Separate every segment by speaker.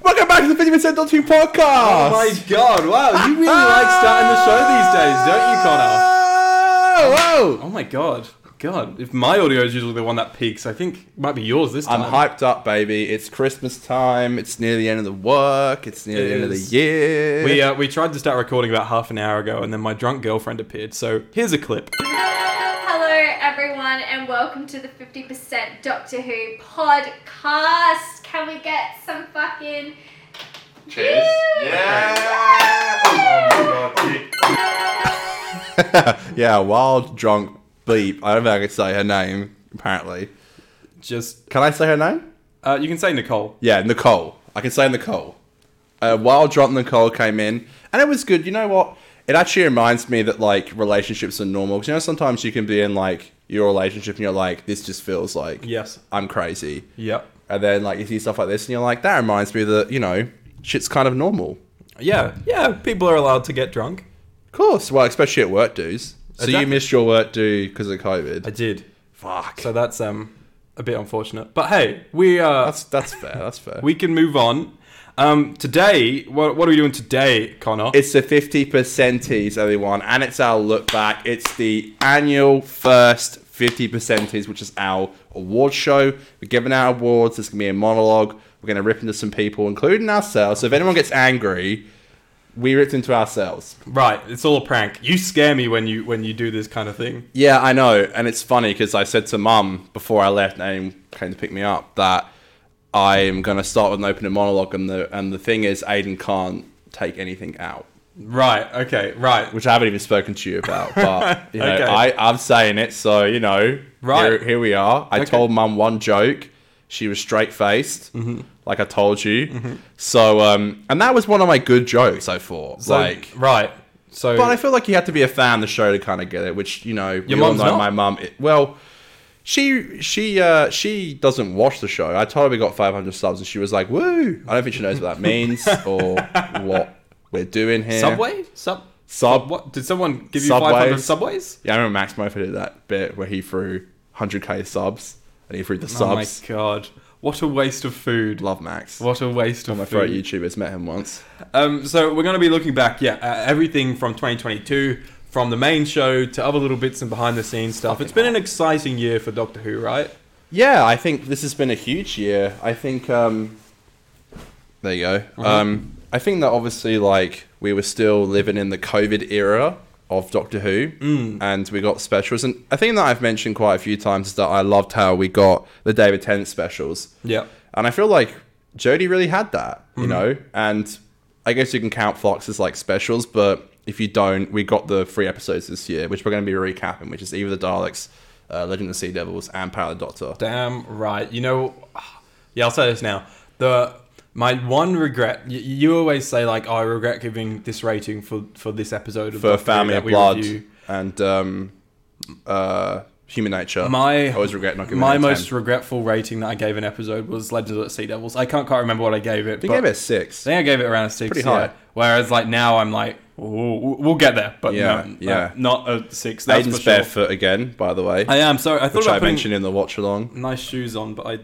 Speaker 1: back to the 50% Dodge View podcast.
Speaker 2: Oh my god, wow, you really like starting the show these days, don't you, Connor?
Speaker 1: Ah, Whoa!
Speaker 2: Oh my god. God, if my audio is usually the one that peaks, I think it might be yours this
Speaker 1: I'm
Speaker 2: time.
Speaker 1: hyped up, baby. It's Christmas time. It's near the end of the work. It's near
Speaker 2: It
Speaker 1: the end of the
Speaker 2: is.
Speaker 1: year.
Speaker 2: We, uh, we tried to start recording about half an hour ago, and then my drunk girlfriend appeared, so here's a clip.
Speaker 3: Hello, everyone, and welcome to the 50% Doctor Who podcast. Can we get some fucking.
Speaker 4: Cheers. Yeah. Oh my god.
Speaker 1: yeah, wild drunk beep. I don't think I can say her name. Apparently,
Speaker 2: Just,
Speaker 1: can I say her name?
Speaker 2: uh, you can say Nicole.
Speaker 1: Yeah, Nicole. I can say Nicole. Uh, wild drunk Nicole came in, and it was good. You know what? It actually reminds me that like relationships are normal. 'Cause, you know, sometimes you can be in like your relationship, and you're like, this just feels like
Speaker 2: Yes.
Speaker 1: I'm crazy.
Speaker 2: Yep.
Speaker 1: And then like you see stuff like this, and you're like, that reminds me that you know shit's kind of normal.
Speaker 2: Yeah, yeah, people are allowed to get drunk.
Speaker 1: Of course. Well, especially at work dues. So
Speaker 2: Exactly.
Speaker 1: you missed your work due because of
Speaker 2: I
Speaker 1: COVID.
Speaker 2: did.
Speaker 1: Fuck.
Speaker 2: So that's um a bit unfortunate. But hey, we uh
Speaker 1: that's that's fair. That's fair.
Speaker 2: we can move on. Um today, what what are we doing today, Connor?
Speaker 1: it's the fifty percenties, everyone, and it's our look back. It's the annual first fifty percenties, which is our award show. We're giving out awards. There's gonna be a monologue. We're gonna rip into some people, including ourselves. So if anyone gets angry, we ripped into ourselves.
Speaker 2: right, it's all a prank. You scare me when you when you do this kind of thing.
Speaker 1: Yeah, I know, and it's funny because I said to Mum before I left, and came to pick me up, that I am going to start with an opening monologue, and the and the thing is, Aiden can't take anything out,
Speaker 2: Right, okay, right.
Speaker 1: which I haven't even spoken to you about. But you know,
Speaker 2: Okay.
Speaker 1: I I'm saying it, so you know,
Speaker 2: Right.
Speaker 1: Here, here we are. I
Speaker 2: Okay.
Speaker 1: told Mum one joke. She was straight faced,
Speaker 2: Mm-hmm.
Speaker 1: like I told you. So, um, and that was one of my good jokes. I thought,
Speaker 2: So-
Speaker 1: like,
Speaker 2: right. So
Speaker 1: but I feel like you have to be a fan of the show to kind of get it, which you know,
Speaker 2: Your
Speaker 1: we all
Speaker 2: mum's
Speaker 1: know
Speaker 2: not?
Speaker 1: my mum. it- Well, she she uh, she doesn't watch the show. I told her we got 500 subs, and she was like, "Woo!" I don't think she knows what that means or what we're doing here.
Speaker 2: Subway? Sub
Speaker 1: Sub-
Speaker 2: what did someone give you
Speaker 1: Subways.
Speaker 2: five hundred subways?
Speaker 1: Yeah, I remember Max Murphy did that bit where he threw 100k subs and he threw the
Speaker 2: Oh my
Speaker 1: subs.
Speaker 2: god. What a waste of food.
Speaker 1: Love Max.
Speaker 2: What a waste of
Speaker 1: My
Speaker 2: food.
Speaker 1: favorite YouTuber's met him once.
Speaker 2: Um, so we're going to be looking back, yeah, at everything from 2022, from the main show to other little bits and behind the scenes stuff. It's been an exciting year for Doctor Who, right?
Speaker 1: Yeah, I think this has been a huge year. I think um there you go.
Speaker 2: Uh-huh.
Speaker 1: Um I think that obviously like we were still living in the COVID era of Doctor Who
Speaker 2: Mm.
Speaker 1: and we got specials and I think that I've mentioned quite a few times is that I loved how we got the David Tennant specials.
Speaker 2: Yeah.
Speaker 1: And I feel like Jodie really had that, you
Speaker 2: Mm-hmm.
Speaker 1: know? And I guess you can count Flux as like specials, but if you don't, we got the three episodes this year, which we're going to be recapping, which is Eve of the Daleks, uh, Legend of the Sea Devils, and Power of the Doctor.
Speaker 2: Damn right. You know, yeah, I'll say this now. The my one regret. Y- you always say like, oh, I regret giving this rating for for this episode of
Speaker 1: for
Speaker 2: Doctor Who
Speaker 1: Family
Speaker 2: that
Speaker 1: of
Speaker 2: we
Speaker 1: Blood
Speaker 2: review."
Speaker 1: and um, uh, Human Nature.
Speaker 2: My
Speaker 1: I always regret not giving
Speaker 2: my
Speaker 1: it a
Speaker 2: most
Speaker 1: 10.
Speaker 2: regretful rating that I gave an episode was Legends of the Sea Devils. I can't quite remember what I gave it.
Speaker 1: They
Speaker 2: but-
Speaker 1: gave it a six.
Speaker 2: I think I gave it around a six.
Speaker 1: Pretty
Speaker 2: yeah.
Speaker 1: high.
Speaker 2: Whereas like now I'm like, Ooh, we'll get there, but
Speaker 1: Yeah,
Speaker 2: no,
Speaker 1: yeah.
Speaker 2: uh, not a six. That's
Speaker 1: Aiden's
Speaker 2: for sure.
Speaker 1: barefoot again, by the way,
Speaker 2: I am sorry. I thought
Speaker 1: which
Speaker 2: about
Speaker 1: I
Speaker 2: putting
Speaker 1: mentioned in the watch along.
Speaker 2: nice shoes on, but I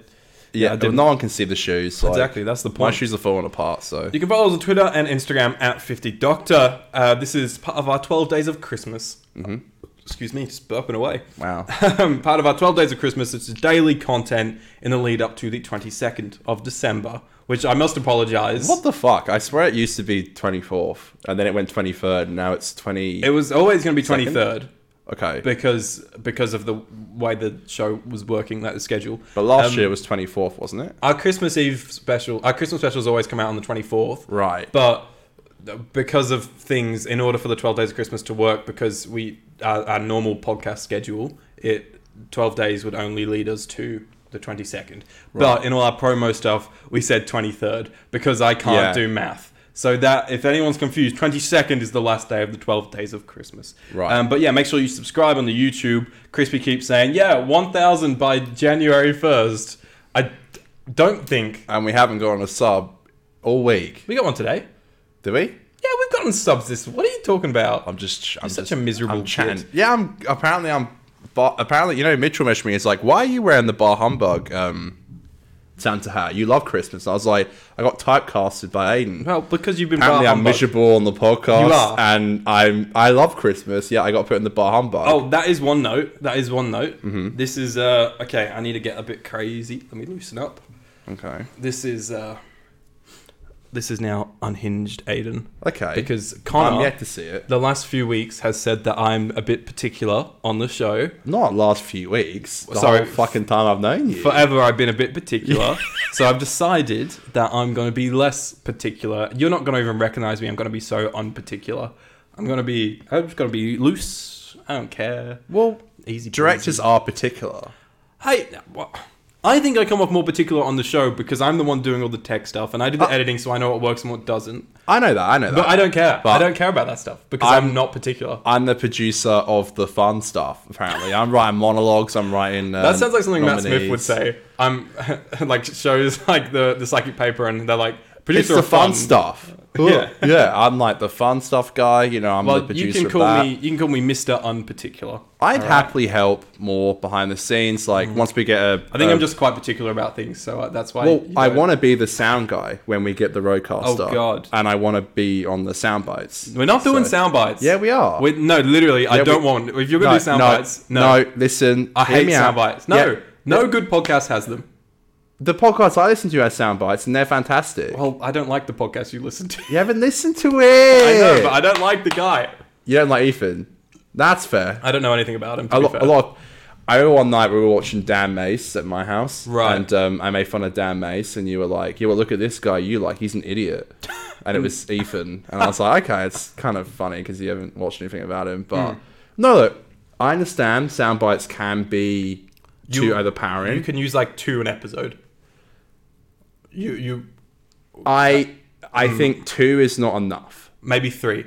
Speaker 1: Yeah,
Speaker 2: I
Speaker 1: but
Speaker 2: didn't.
Speaker 1: no one can see the shoes. like,
Speaker 2: exactly that's the
Speaker 1: My
Speaker 2: point.
Speaker 1: shoes are falling apart, so
Speaker 2: You can follow us on Twitter and Instagram at Fifty Doctor. Uh, this is part of our twelve days of Christmas.
Speaker 1: Mm-hmm.
Speaker 2: Excuse me, just burping away.
Speaker 1: wow.
Speaker 2: Um, part of our 12 days of Christmas. It's daily content in the lead up to the 22nd of December, which I must apologize.
Speaker 1: What the fuck? I swear it used to be 24th, and then it went 23rd, and now it's 20.
Speaker 2: It was always going to be 23rd.
Speaker 1: okay, but,
Speaker 2: because because of the way the show was working, like the schedule.
Speaker 1: last
Speaker 2: Um,
Speaker 1: year was 24th, wasn't it?
Speaker 2: our Christmas Eve special, our Christmas specials always come out on the twenty fourth,
Speaker 1: Right.
Speaker 2: but because of things, in order for the twelve days of Christmas to work, because we our, our normal podcast schedule, it twelve days would only lead us to the twenty second. But in all our promo stuff, we said twenty third because I can't
Speaker 1: Yeah.
Speaker 2: do math. So that if anyone's confused, twenty second is the last day of the twelve days of Christmas.
Speaker 1: Right.
Speaker 2: Um, but yeah, make sure you subscribe on the YouTube. Crispy keeps saying, yeah, 1,000 by January 1st. I d- don't think.
Speaker 1: and we haven't gone on a sub all week,
Speaker 2: We got one today.
Speaker 1: do we?
Speaker 2: Yeah, we've gotten subs this. What are you talking about?
Speaker 1: I'm just. I'm
Speaker 2: such
Speaker 1: just-
Speaker 2: a miserable
Speaker 1: I'm chatting.
Speaker 2: git.
Speaker 1: Yeah, I'm. Apparently, I'm. But apparently, you know, Mitchell messaged me. He's like, "Why are you wearing the bar humbug um, Santa hat. You love Christmas. I was like, I got typecasted by Aiden.
Speaker 2: Well, because you've been
Speaker 1: Apparently,
Speaker 2: bar
Speaker 1: I'm
Speaker 2: humbug.
Speaker 1: miserable on the podcast,
Speaker 2: You are.
Speaker 1: and I'm I love Christmas. Yeah, I got put in the bar humbug.
Speaker 2: Oh, that is one note. That is one note.
Speaker 1: Mm-hmm.
Speaker 2: This is uh okay. I need to get a bit crazy. Let me loosen up.
Speaker 1: okay,
Speaker 2: This is uh this is now unhinged, Aiden,
Speaker 1: okay.
Speaker 2: because Connor,
Speaker 1: I'm yet to see it.
Speaker 2: the last few weeks has said that I'm a bit particular on the show.
Speaker 1: Not last few weeks. The
Speaker 2: Sorry. uh,
Speaker 1: whole fucking time I've known you.
Speaker 2: Forever, I've been a bit particular, so I've decided that I'm going to be less particular. You're not going to even recognize me. I'm going to be so unparticular. I'm going to be. I'm just going to be loose. I don't care.
Speaker 1: Well,
Speaker 2: Easy. peasy.
Speaker 1: directors are particular.
Speaker 2: Hey, well, I think I come off more particular on the show because I'm the one doing all the tech stuff and I do the
Speaker 1: Uh,
Speaker 2: editing, so I know what works and what doesn't.
Speaker 1: I know that. I know that.
Speaker 2: But I don't care. I
Speaker 1: But-
Speaker 2: don't care about that stuff because I'm,
Speaker 1: I'm-
Speaker 2: not particular.
Speaker 1: I'm the producer of the fun stuff. Apparently, I'm writing monologues. I'm writing. Um,
Speaker 2: That sounds like something Matt Smith
Speaker 1: nominees.
Speaker 2: would say. I'm like shows like the the psychic paper and they're like
Speaker 1: It's
Speaker 2: producer
Speaker 1: the
Speaker 2: of
Speaker 1: fun stuff.
Speaker 2: Yeah.
Speaker 1: yeah. I'm like the fun stuff guy. You know, I'm the
Speaker 2: Well, you
Speaker 1: producer
Speaker 2: can
Speaker 1: of
Speaker 2: call
Speaker 1: that.
Speaker 2: me you can call me Mister Unparticular.
Speaker 1: I'd happily help more behind the scenes. Like once we get a,
Speaker 2: Mm-hmm. I think
Speaker 1: a-
Speaker 2: I'm just quite particular about things, so uh, that's why.
Speaker 1: Well,
Speaker 2: you
Speaker 1: I
Speaker 2: know-
Speaker 1: want to be the sound guy when we get the roadcaster.
Speaker 2: Oh, God.
Speaker 1: And I want to be on the sound bites.
Speaker 2: We're not doing
Speaker 1: So-
Speaker 2: sound bites.
Speaker 1: Yeah, we are.
Speaker 2: We- no, literally, I
Speaker 1: Yeah,
Speaker 2: don't
Speaker 1: we-
Speaker 2: want. If you're gonna do sound
Speaker 1: no,
Speaker 2: bites, no,
Speaker 1: no, listen.
Speaker 2: I
Speaker 1: hear
Speaker 2: hate
Speaker 1: me
Speaker 2: sound
Speaker 1: out.
Speaker 2: bites. No,
Speaker 1: Yeah,
Speaker 2: no good podcast has them.
Speaker 1: the podcast I listen to has sound bites, and they're fantastic.
Speaker 2: Well, I don't like the podcast you listen to.
Speaker 1: you haven't listened to it.
Speaker 2: I know, but I don't like the guy.
Speaker 1: you don't like Ethan. That's fair.
Speaker 2: I don't know anything about him. To
Speaker 1: a
Speaker 2: be
Speaker 1: lot,
Speaker 2: fair.
Speaker 1: a lot. Of, I remember one night we were watching Dan Mace at my house,
Speaker 2: Right.
Speaker 1: And um, I made fun of Dan Mace, and you were like, "Yeah, well, look at this guy. You like, he's an idiot." And it was Ethan, and I was like, "Okay, it's kind of funny because you haven't watched anything about him." But
Speaker 2: Hmm.
Speaker 1: no, look, I understand sound bites can be
Speaker 2: You-
Speaker 1: too overpowering.
Speaker 2: You can use like two an episode. You you
Speaker 1: I
Speaker 2: mm.
Speaker 1: I think two is not enough.
Speaker 2: maybe three,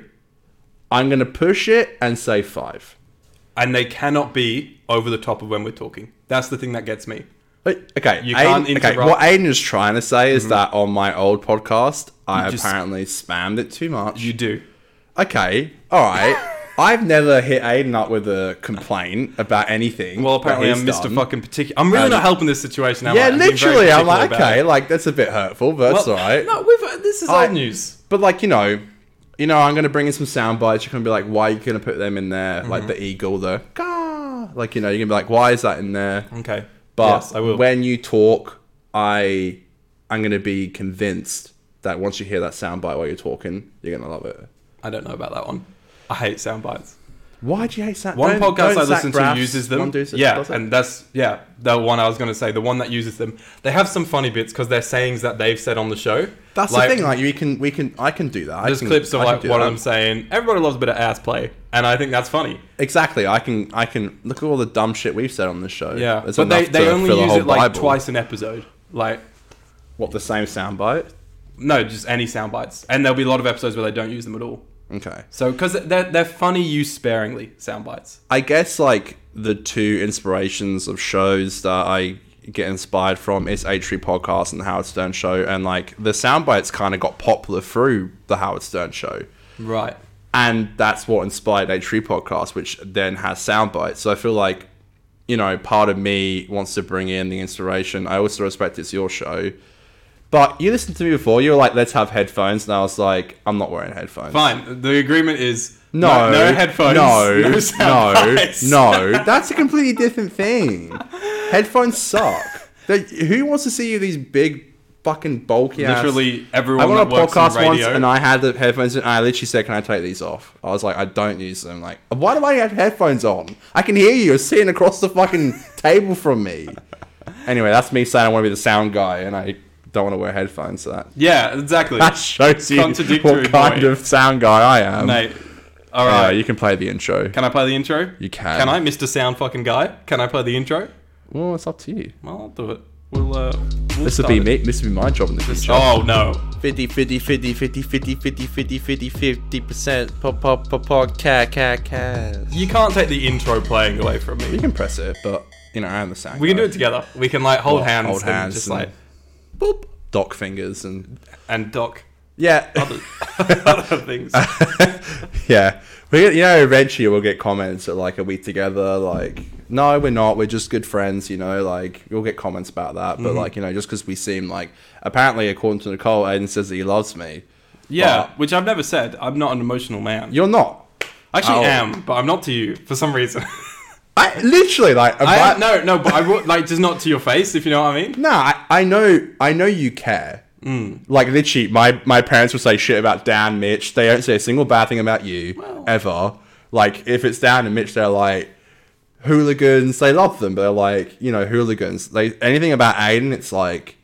Speaker 1: I'm gonna push it and say five.
Speaker 2: and they cannot be over the top of when we're talking. That's the thing that gets me.
Speaker 1: Wait, Okay,
Speaker 2: You
Speaker 1: Aiden-
Speaker 2: can't
Speaker 1: okay.
Speaker 2: interrupt. Mm-hmm.
Speaker 1: What Aiden is trying to say is that on my old podcast, I
Speaker 2: just-
Speaker 1: apparently spammed it too much.
Speaker 2: You do.
Speaker 1: okay, all right. I've never hit Aiden up with a complaint about anything.
Speaker 2: Well,
Speaker 1: that
Speaker 2: apparently
Speaker 1: he's
Speaker 2: I'm Mr.
Speaker 1: done.
Speaker 2: Fucking Particular. I'm really
Speaker 1: Um,
Speaker 2: not helping this situation. Am I?
Speaker 1: Yeah,
Speaker 2: I'm being very
Speaker 1: literally. I'm like,
Speaker 2: particular about
Speaker 1: okay,
Speaker 2: it.
Speaker 1: like that's a bit hurtful, but that's
Speaker 2: Well,
Speaker 1: all right.
Speaker 2: No, we've, uh, this is
Speaker 1: I-
Speaker 2: old news.
Speaker 1: But like you know, you know, I'm gonna bring in some sound bites. You're gonna be like, why are you gonna put them in there?
Speaker 2: Mm-hmm.
Speaker 1: Like the eagle, the "Gah." like you know, you're gonna be like, why is that in there?
Speaker 2: Okay.
Speaker 1: But
Speaker 2: yes, I will.
Speaker 1: when you talk, I I'm gonna be convinced that once you hear that soundbite while you're talking, you're gonna love it.
Speaker 2: I don't know about that one. I hate sound bites.
Speaker 1: Why do you hate sound?
Speaker 2: One
Speaker 1: don't-
Speaker 2: podcast
Speaker 1: don't
Speaker 2: I
Speaker 1: Zach
Speaker 2: listen to
Speaker 1: Braff's
Speaker 2: uses them.
Speaker 1: one does it,
Speaker 2: yeah,
Speaker 1: does it?
Speaker 2: and that's yeah the one I was going to say. The one that uses them. They have some funny bits because they're sayings that they've said on the show.
Speaker 1: that's the thing. Like you can, we can, I can do that. I
Speaker 2: There's
Speaker 1: can,
Speaker 2: clips of
Speaker 1: I can
Speaker 2: like
Speaker 1: do
Speaker 2: what
Speaker 1: that.
Speaker 2: I'm saying. Everybody loves a bit of ass play, and I think that's funny.
Speaker 1: exactly. I can, I can look at all the dumb shit we've said on this show.
Speaker 2: Yeah,
Speaker 1: It's
Speaker 2: but they,
Speaker 1: enough
Speaker 2: they
Speaker 1: to
Speaker 2: only
Speaker 1: fill a
Speaker 2: use
Speaker 1: whole
Speaker 2: it like
Speaker 1: Bible.
Speaker 2: twice an episode. Like
Speaker 1: What the same soundbite?
Speaker 2: no, just any sound bites, and there'll be a lot of episodes where they don't use them at all.
Speaker 1: Okay.
Speaker 2: So because they're they're funny used sparingly. Sound bites.
Speaker 1: I guess like the two inspirations of shows that I get inspired from is H3 podcast and the Howard Stern show and like the sound bites kind of got popular through the Howard Stern show
Speaker 2: Right.
Speaker 1: and that's what inspired H3 podcast which then has sound bites so I feel like you know part of me wants to bring in the inspiration I also respect it's your show but you listened to me before you were like let's have headphones and I was like I'm not wearing headphones
Speaker 2: Fine. The agreement is
Speaker 1: no,
Speaker 2: no, no headphones.
Speaker 1: No,
Speaker 2: no, sound
Speaker 1: no,
Speaker 2: bites.
Speaker 1: no. That's a completely different thing. Headphones suck. They, who wants to see you these big, fucking bulky? ass-
Speaker 2: Literally
Speaker 1: I
Speaker 2: everyone
Speaker 1: went
Speaker 2: that
Speaker 1: on a
Speaker 2: works in
Speaker 1: podcast once
Speaker 2: radio.
Speaker 1: and I had the headphones and I literally said, "Can I take these off?" I was like, "I don't use them." Like, why do I have headphones on? I can hear you. You're sitting across the fucking table from me. Anyway, that's me saying I want to be the sound guy and I don't want to wear headphones. So that
Speaker 2: yeah, exactly.
Speaker 1: that shows you
Speaker 2: Contradictory
Speaker 1: what kind
Speaker 2: boy.
Speaker 1: of sound guy I am.
Speaker 2: Mate. All
Speaker 1: Yeah,
Speaker 2: right.
Speaker 1: Uh, you can play the intro.
Speaker 2: can I play the intro?
Speaker 1: You can.
Speaker 2: Can I, Mr. Sound fucking guy? Can I play the intro?
Speaker 1: Well, it's up to you.
Speaker 2: Well, I'll do it. We'll. Uh, we'll
Speaker 1: This would
Speaker 2: start
Speaker 1: be
Speaker 2: it.
Speaker 1: me. This would be my job in the future.
Speaker 2: Oh no.
Speaker 5: 50 50 50 50 50 50 50 50 50 percent pop pop pop pop cat cat cat
Speaker 2: You can't take the intro playing away from
Speaker 1: You
Speaker 2: me.
Speaker 1: can press it, but you know, I am the sound.
Speaker 2: We can do
Speaker 1: guy.
Speaker 2: it together. We can like hold
Speaker 1: Well,
Speaker 2: hands,
Speaker 1: hold hands
Speaker 2: and just
Speaker 1: and-
Speaker 2: like boop
Speaker 1: Dock fingers and
Speaker 2: and dock
Speaker 1: yeah,
Speaker 2: other, other things.
Speaker 1: yeah. We, you know, eventually we'll get comments that like, "Are we together?" Like, no, we're not. We're just good friends, you know. Like you'll get comments about that,
Speaker 2: Mm-hmm.
Speaker 1: but like you know, just because we seem like apparently, according to Nicole, Aiden says that he loves me.
Speaker 2: Yeah,
Speaker 1: But-
Speaker 2: which I've never said. I'm not an emotional man.
Speaker 1: You're not.
Speaker 2: I actually
Speaker 1: Oh.
Speaker 2: am, but I'm not to you for some reason.
Speaker 1: I literally like.
Speaker 2: I
Speaker 1: about-
Speaker 2: am, no, no, but I would like just not to your face, if you know what I mean.
Speaker 1: No, I, I know I know you care. Like literally, my my parents will say shit about Dan, Mitch. They don't say a single bad thing about you ever. Like if it's Dan and Mitch, they're like hooligans. They love them, but they're like you know hooligans. They anything about Aiden, it's like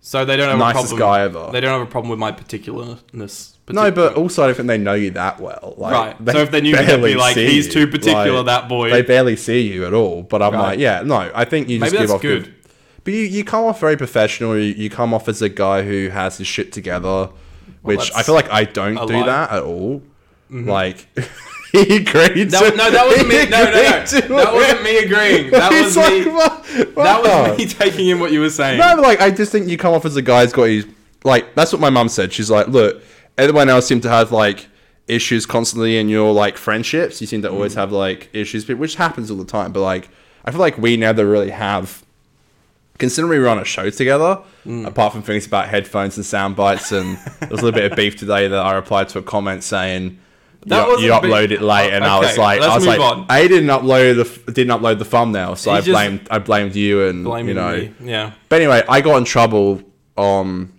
Speaker 2: So they don't have
Speaker 1: Nicest
Speaker 2: a problem.
Speaker 1: guy ever.
Speaker 2: They don't have a problem with my particularness.
Speaker 1: no. But also, I don't think they know you that well. Like,
Speaker 2: Right.
Speaker 1: they
Speaker 2: So if they knew you, they'd be
Speaker 1: barely
Speaker 2: like,
Speaker 1: see
Speaker 2: "He's
Speaker 1: you."
Speaker 2: too particular, that boy.
Speaker 1: They barely see you at all. But I'm
Speaker 2: Right.
Speaker 1: like, yeah, no. I think you just
Speaker 2: Maybe
Speaker 1: give
Speaker 2: that's
Speaker 1: off good.
Speaker 2: good.
Speaker 1: But you, you come off very professional. You, you come off as a guy who has his shit together, which I
Speaker 2: that's
Speaker 1: feel like I don't
Speaker 2: a
Speaker 1: do
Speaker 2: lie. Mm-hmm.
Speaker 1: that at all. Like, he agreed
Speaker 2: That,
Speaker 1: to
Speaker 2: no, that wasn't me.
Speaker 1: he
Speaker 2: No, no, no.
Speaker 1: agreed to it.
Speaker 2: That wasn't me agreeing. That
Speaker 1: It's
Speaker 2: was
Speaker 1: like,
Speaker 2: me.
Speaker 1: what-
Speaker 2: That
Speaker 1: what?
Speaker 2: was me taking in what you were saying.
Speaker 1: No, but like I just think you come off as a guy who's got his like that's what my mum said. She's like, look, everyone else seem to have like issues constantly in your like friendships. You seem to
Speaker 2: Mm.
Speaker 1: always have like issues, but- which happens all the time. But like I feel like we never really have. Considering we were on a show together,
Speaker 2: Mm.
Speaker 1: apart from things about headphones and sound bites, and there was a little bit of beef today that I replied to a comment saying.
Speaker 2: That
Speaker 1: you, you
Speaker 2: wasn't beef-
Speaker 1: upload it late, and I was
Speaker 2: Okay,
Speaker 1: like, I
Speaker 2: let's
Speaker 1: was
Speaker 2: move
Speaker 1: like,
Speaker 2: on.
Speaker 1: I didn't upload the f- didn't upload the thumbnail, so
Speaker 2: He
Speaker 1: I
Speaker 2: just-
Speaker 1: blamed I blamed you and
Speaker 2: Blaming
Speaker 1: you know
Speaker 2: me. Yeah.
Speaker 1: but anyway, I got in trouble on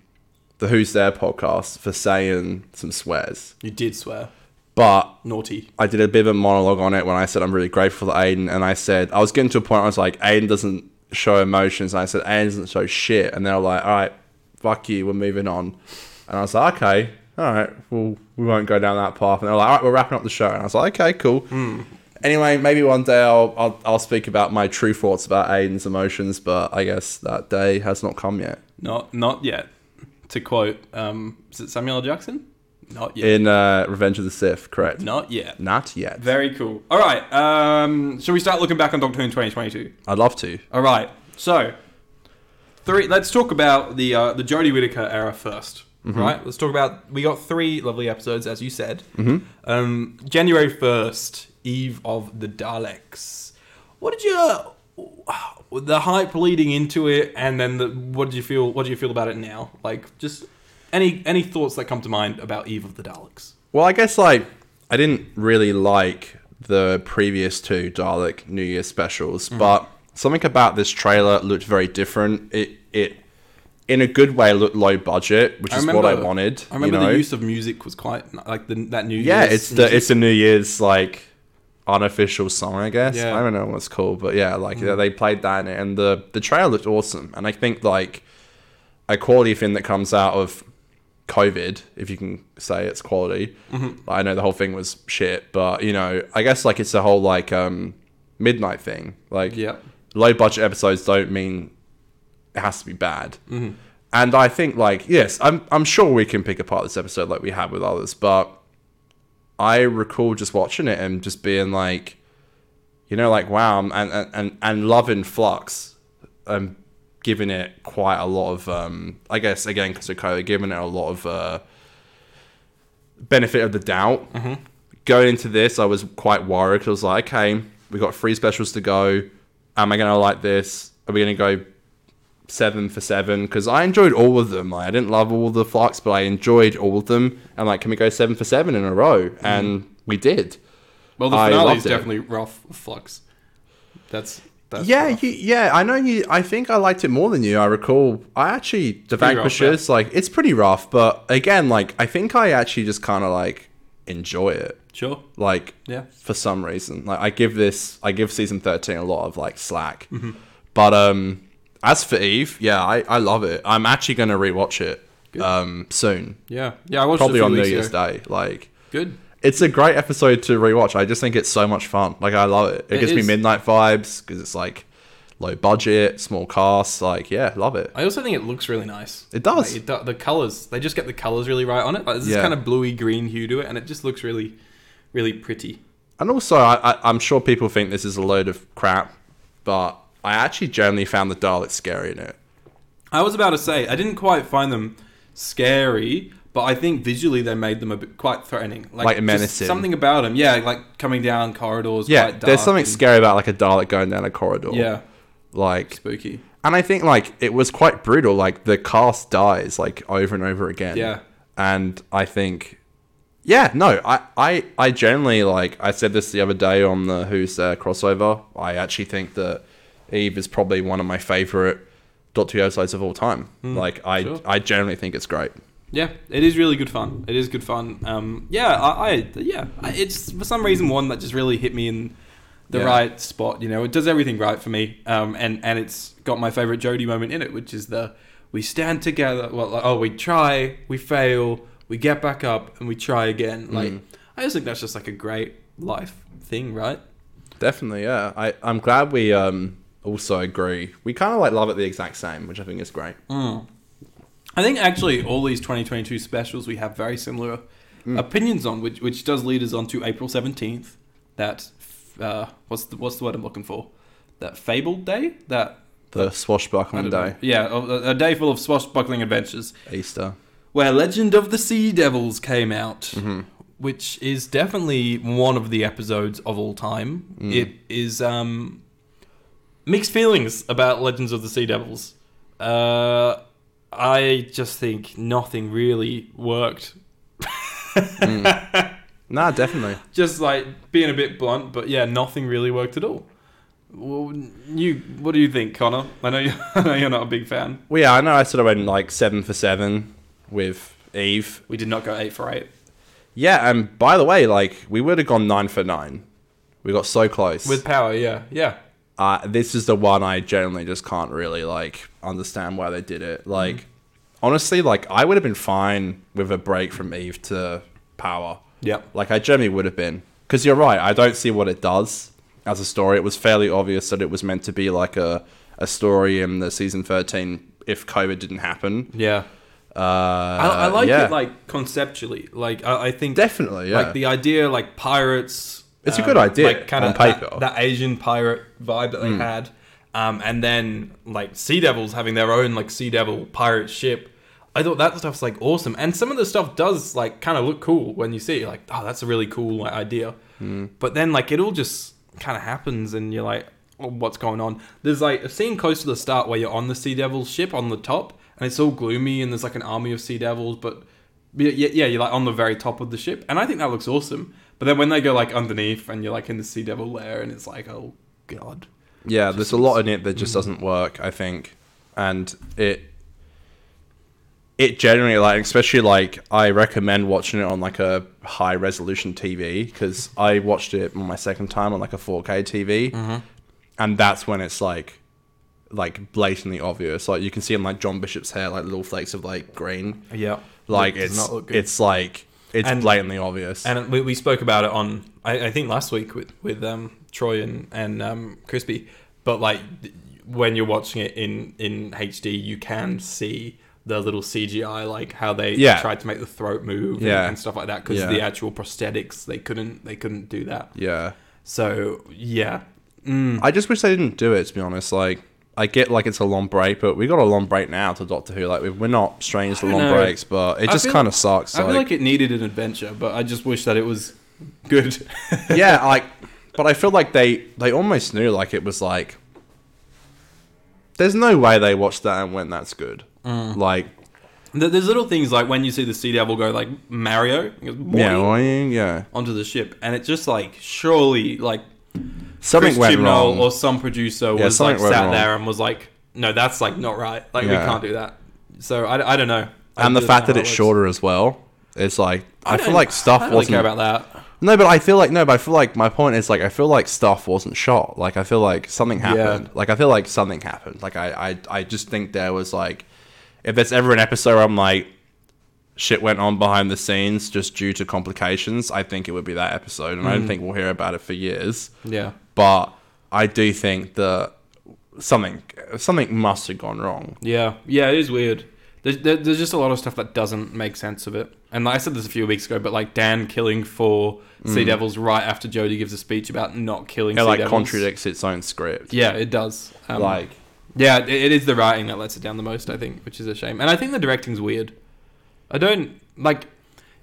Speaker 1: the Who's There podcast for saying some swears.
Speaker 2: You did swear.
Speaker 1: But
Speaker 2: Naughty.
Speaker 1: I did a bit of a monologue on it when I said I'm really grateful to Aiden. And I said, I was getting to a point where I was like, Aiden doesn't show emotions. And I said, Aiden doesn't show shit. And they were like, all right, fuck you, we're moving on. And I was like, okay, all right, well, we won't go down that path. And they were like, all right, we're wrapping up the show. And I was like, okay, cool. Anyway, maybe one day I'll, I'll, I'll speak about my true thoughts about Aiden's emotions, but I guess that day has not come yet.
Speaker 2: Not not yet. To quote, um, is it Samuel L. Jackson? Not yet.
Speaker 1: in uh, Revenge of the Sith, correct?
Speaker 2: Not yet.
Speaker 1: Not yet.
Speaker 2: Very cool. All right. Um, shall we start looking back on Doctor Who in 2022?
Speaker 1: I'd love to.
Speaker 2: All right. So, three. Let's talk about the uh, the Jodie Whittaker era 1st Right. Let's talk about. We got three lovely episodes, as you said. Um, January first, Eve of the Daleks. What did you? The hype leading into it, and then the, what did you feel? What do you feel about it now? Like, just any any thoughts that come to mind about Eve of the Daleks?
Speaker 1: Well, I guess like I didn't really like the previous two Dalek New Year specials,
Speaker 2: Mm-hmm.
Speaker 1: but something about this trailer looked very different. It it in a good way looked low budget, which is what I wanted.
Speaker 2: I remember
Speaker 1: you know?
Speaker 2: the use of music was quite like the, that new.
Speaker 1: Yeah,
Speaker 2: Year's
Speaker 1: it's the it's a New Year's like unofficial song, I guess.
Speaker 2: Yeah. Mm.
Speaker 1: I don't know what's called, but yeah, like they played that in it, and the the trailer looked awesome. And I think like a quality thing that comes out of COVID, if you can say it's quality. I know the whole thing was shit, but you know, I guess like it's a whole like um midnight thing. Like
Speaker 2: Yep.
Speaker 1: low budget episodes don't mean it has to be bad. And I think like yes, I'm I'm sure we can pick apart this episode like we have with others, but I recall just watching it and just being like, you know, like wow, and and and, and loving Flux, and um, giving it quite a lot of, um, I guess again because of COVID, giving it a lot of uh, benefit of the doubt. Going into this, I was quite worried. 'cause I was like, okay, we got three specials to go. Am I gonna like this? Are we gonna go seven for seven because I enjoyed all of them. Like, I didn't love all the flux, but I enjoyed all of them. And like, can we go seven for seven in a row? And we did.
Speaker 2: Well, the
Speaker 1: I
Speaker 2: finale is
Speaker 1: loved it.
Speaker 2: definitely rough flux. That's that's
Speaker 1: Yeah,
Speaker 2: rough.
Speaker 1: you, yeah. I know you. I think I liked it more than you. I recall. I actually the
Speaker 2: Pretty rough,
Speaker 1: vanquishers. Like, it's pretty rough, but again, like, I think I actually just kind of like enjoy it.
Speaker 2: sure.
Speaker 1: Like,
Speaker 2: Yeah.
Speaker 1: for some reason, like I give this, I give season thirteen a lot of like slack.
Speaker 2: Mm-hmm.
Speaker 1: But um, as for Eve, yeah, I I love it. I'm actually gonna rewatch it um soon.
Speaker 2: Yeah, yeah. I watched
Speaker 1: probably
Speaker 2: it a
Speaker 1: on
Speaker 2: few
Speaker 1: New
Speaker 2: weeks
Speaker 1: Year's
Speaker 2: ago.
Speaker 1: Day. Like,
Speaker 2: Good.
Speaker 1: it's a great episode to rewatch. I just think it's so much fun. Like, I love it. It,
Speaker 2: It
Speaker 1: gives
Speaker 2: is.
Speaker 1: me midnight vibes because it's like low budget, small cast. Like, yeah, love it.
Speaker 2: I also think it looks really nice.
Speaker 1: It does.
Speaker 2: Like, it do- the colors, they just get the colors really right on it. Like, there's this
Speaker 1: Yeah.
Speaker 2: kind of bluey green hue to it, and it just looks really, really pretty.
Speaker 1: And also, I, I, I'm sure people think this is a load of crap, but I actually generally found the Daleks scary in it.
Speaker 2: I was about to say I didn't quite find them scary, But I think visually they made them a bit quite threatening,
Speaker 1: Like
Speaker 2: just
Speaker 1: menacing.
Speaker 2: Something about them, yeah, like coming down corridors.
Speaker 1: Yeah,
Speaker 2: quite dark
Speaker 1: there's something
Speaker 2: and-
Speaker 1: scary about like a Dalek going down a corridor.
Speaker 2: Yeah,
Speaker 1: like,
Speaker 2: spooky.
Speaker 1: and I think like it was quite brutal. Like the cast dies like over and over again.
Speaker 2: Yeah.
Speaker 1: and I think, yeah, no, I, I, I generally like I said this the other day on the Who's There crossover. I actually think that Eve is probably one of my favorite Doctor Who episodes of all time. like, I,
Speaker 2: Hmm. sure.
Speaker 1: I generally think it's great.
Speaker 2: Yeah, it is really good fun. It is good fun. Um, yeah, I, I yeah, I, it's for some reason one that just really hit me in the
Speaker 1: Yeah.
Speaker 2: right spot. You know, it does everything right for me. Um, and and it's got my favorite Jodie moment in it, which is the we stand together. Well, like, oh, we try, we fail, we get back up, and we try again. Like, I just think that's just like a great life thing, right?
Speaker 1: Definitely, yeah. I, I'm glad we um also agree. We kind of like love it the exact same, which I think is great.
Speaker 2: Hmm. I think actually all these 2022 specials we have very similar opinions on, which which does lead us on to April 17th. That uh, what's the what's the word I'm looking for? That fabled day. That
Speaker 1: The
Speaker 2: I
Speaker 1: swashbuckling
Speaker 2: don't
Speaker 1: day,
Speaker 2: know. Yeah, a, a day full of swashbuckling adventures,
Speaker 1: Easter.
Speaker 2: where Legend of the Sea Devils came out, which is definitely one of the episodes of all time. It is um, mixed feelings about Legends of the Sea Devils. Uh, I just think nothing really worked.
Speaker 1: Nah, definitely.
Speaker 2: Just like being a bit blunt, but yeah, nothing really worked at all. Well, you, what do you think, Connor? I know, you, I know you're not a big fan.
Speaker 1: Well, yeah, I know. I sort of went like seven for seven with Eve.
Speaker 2: We did not go eight for eight
Speaker 1: Yeah, and by the way, like we would have gone nine for nine. We got so close.
Speaker 2: with power. Yeah, yeah.
Speaker 1: uh, this is the one I generally just can't really like understand why they did
Speaker 2: Mm-hmm.
Speaker 1: it. Like, honestly, like I would have been fine with a break from Eve to Power.
Speaker 2: Yep.
Speaker 1: Like I generally would have been, because you're right. I don't see what it does as a story. It was fairly obvious that it was meant to be like a a story in the season thirteen if COVID didn't happen.
Speaker 2: Yeah.
Speaker 1: Uh,
Speaker 2: I, I like
Speaker 1: yeah.
Speaker 2: it like conceptually. Like I, I think
Speaker 1: Definitely, yeah.
Speaker 2: Like the idea, like pirates.
Speaker 1: It's a good idea
Speaker 2: Um, kinda
Speaker 1: on paper. Hmm.
Speaker 2: That, that Asian pirate vibe that they had, um, and then like sea devils having their own like sea devil pirate ship. I thought that stuff's like awesome, and some of the stuff does like kind of look cool when you see it. You're like, oh, that's a really cool like, idea.
Speaker 1: Hmm.
Speaker 2: But then like it all just kind of happens, and you're like, oh, what's going on? There's like a scene close to the start where you're on the sea devil ship on the top, and it's all gloomy, and there's like an army of sea devils, but yeah, yeah, yeah, you're like on the very top of the ship, and I think that looks awesome. But then when they go like underneath, and you're like in the sea devil lair, and it's like, oh god,
Speaker 1: Yeah, there's a lot in it that just
Speaker 2: Mm.
Speaker 1: doesn't work, I think, and it it generally like, especially like I recommend watching it on like a high resolution TV because I watched it on my second time on like a 4K TV,
Speaker 2: Mm-hmm.
Speaker 1: and that's when it's like like blatantly obvious. Like you can see in like John Bishop's hair, like little flakes of like green.
Speaker 2: yeah,
Speaker 1: Like
Speaker 2: It does
Speaker 1: it's
Speaker 2: not look good.
Speaker 1: it's like it's
Speaker 2: And-
Speaker 1: blatantly obvious.
Speaker 2: And we, we spoke about it on I, I think last week with with um, Troy and and um, Crispy, but like th- when you're watching it in in HD, you can see the little CGI, like how they
Speaker 1: Yeah.
Speaker 2: tried to make the throat move and-
Speaker 1: Yeah.
Speaker 2: and, stuff like that, because
Speaker 1: Yeah.
Speaker 2: the actual prosthetics they couldn't they couldn't do that.
Speaker 1: yeah.
Speaker 2: So yeah, Mm.
Speaker 1: I just wish they didn't do it. To be honest, like I get like it's a long break, but we got a long break now to Doctor Who. Like we- we're not strange to
Speaker 2: I
Speaker 1: long
Speaker 2: know.
Speaker 1: breaks, but it
Speaker 2: I
Speaker 1: just
Speaker 2: feel-
Speaker 1: kind of sucks.
Speaker 2: I feel
Speaker 1: Like,
Speaker 2: like it needed an adventure, but I just wish that it was good.
Speaker 1: yeah, like, but I feel like they they almost knew like it was like. There's no way they watched that and went, "That's good."
Speaker 2: Mm.
Speaker 1: Like,
Speaker 2: Th- There's little things like when you see the sea devil go like Mario, it goes,
Speaker 1: yeah,
Speaker 2: boing,
Speaker 1: boing, yeah,
Speaker 2: onto the ship, and it's just like surely like
Speaker 1: something
Speaker 2: Chris
Speaker 1: went
Speaker 2: Chibnall
Speaker 1: wrong.
Speaker 2: or some producer
Speaker 1: Yeah,
Speaker 2: was
Speaker 1: something
Speaker 2: like
Speaker 1: went
Speaker 2: sat
Speaker 1: wrong.
Speaker 2: there and was like, no, that's like not right. Like
Speaker 1: Yeah.
Speaker 2: we can't do that. So I, I don't know. I
Speaker 1: and the
Speaker 2: don't
Speaker 1: fact
Speaker 2: know
Speaker 1: that
Speaker 2: how
Speaker 1: it's
Speaker 2: it works.
Speaker 1: shorter as well. It's like I, feel
Speaker 2: don't-
Speaker 1: like stuff
Speaker 2: I don't really
Speaker 1: wasn't
Speaker 2: care about that.
Speaker 1: No, but I feel like no, but I feel like my point is like I feel like stuff wasn't shot. Like I feel like something happened. Like I feel like something happened. Like I, I I just think there was like if there's ever an episode where I'm like shit went on behind the scenes just due to complications, I think it would be that episode and I don't think we'll hear about it for years.
Speaker 2: Yeah.
Speaker 1: But I do think that something something must have gone wrong.
Speaker 2: Yeah, yeah, it is weird. There's, there, there's just a lot of stuff that doesn't make sense of it. And like I said this a few weeks ago, but like Dan killing four Sea Devils right after Jody gives a speech about not killing
Speaker 1: It
Speaker 2: Sea
Speaker 1: Mm. like
Speaker 2: Devils.
Speaker 1: contradicts its own script.
Speaker 2: Yeah, it does. Um,
Speaker 1: Like
Speaker 2: yeah, it, it is the writing that lets it down the most, I think, which is a shame. And I think the directing's weird. I don't like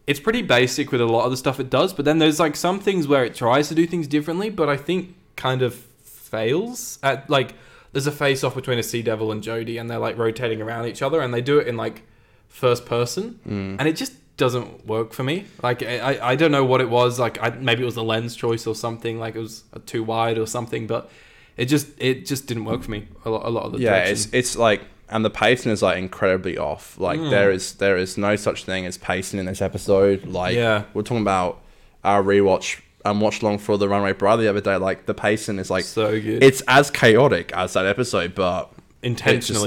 Speaker 2: it's pretty basic with a lot of the stuff it does, but then there's like some things where it tries to do things differently, but I think kind of fails at like there's a face off between a sea devil and Jody and they're like rotating around each other and they do it in like first person
Speaker 1: Mm.
Speaker 2: and it just doesn't work for me. Like I, I- I don't know what it was. Like I, maybe it was the lens choice or something. Like it was too wide or something, but it just it just didn't work for me a lot, a lot of the
Speaker 1: yeah,
Speaker 2: direction. Hmm.
Speaker 1: it's it's like and the pacing is like incredibly off. Like there is there is no such thing as pacing in this episode. Like
Speaker 2: Yeah.
Speaker 1: we're talking about our rewatch and watch along for the Runway Bride the other day. Like the pacing is like
Speaker 2: So good.
Speaker 1: It's as chaotic as that episode, but it's
Speaker 2: intentionally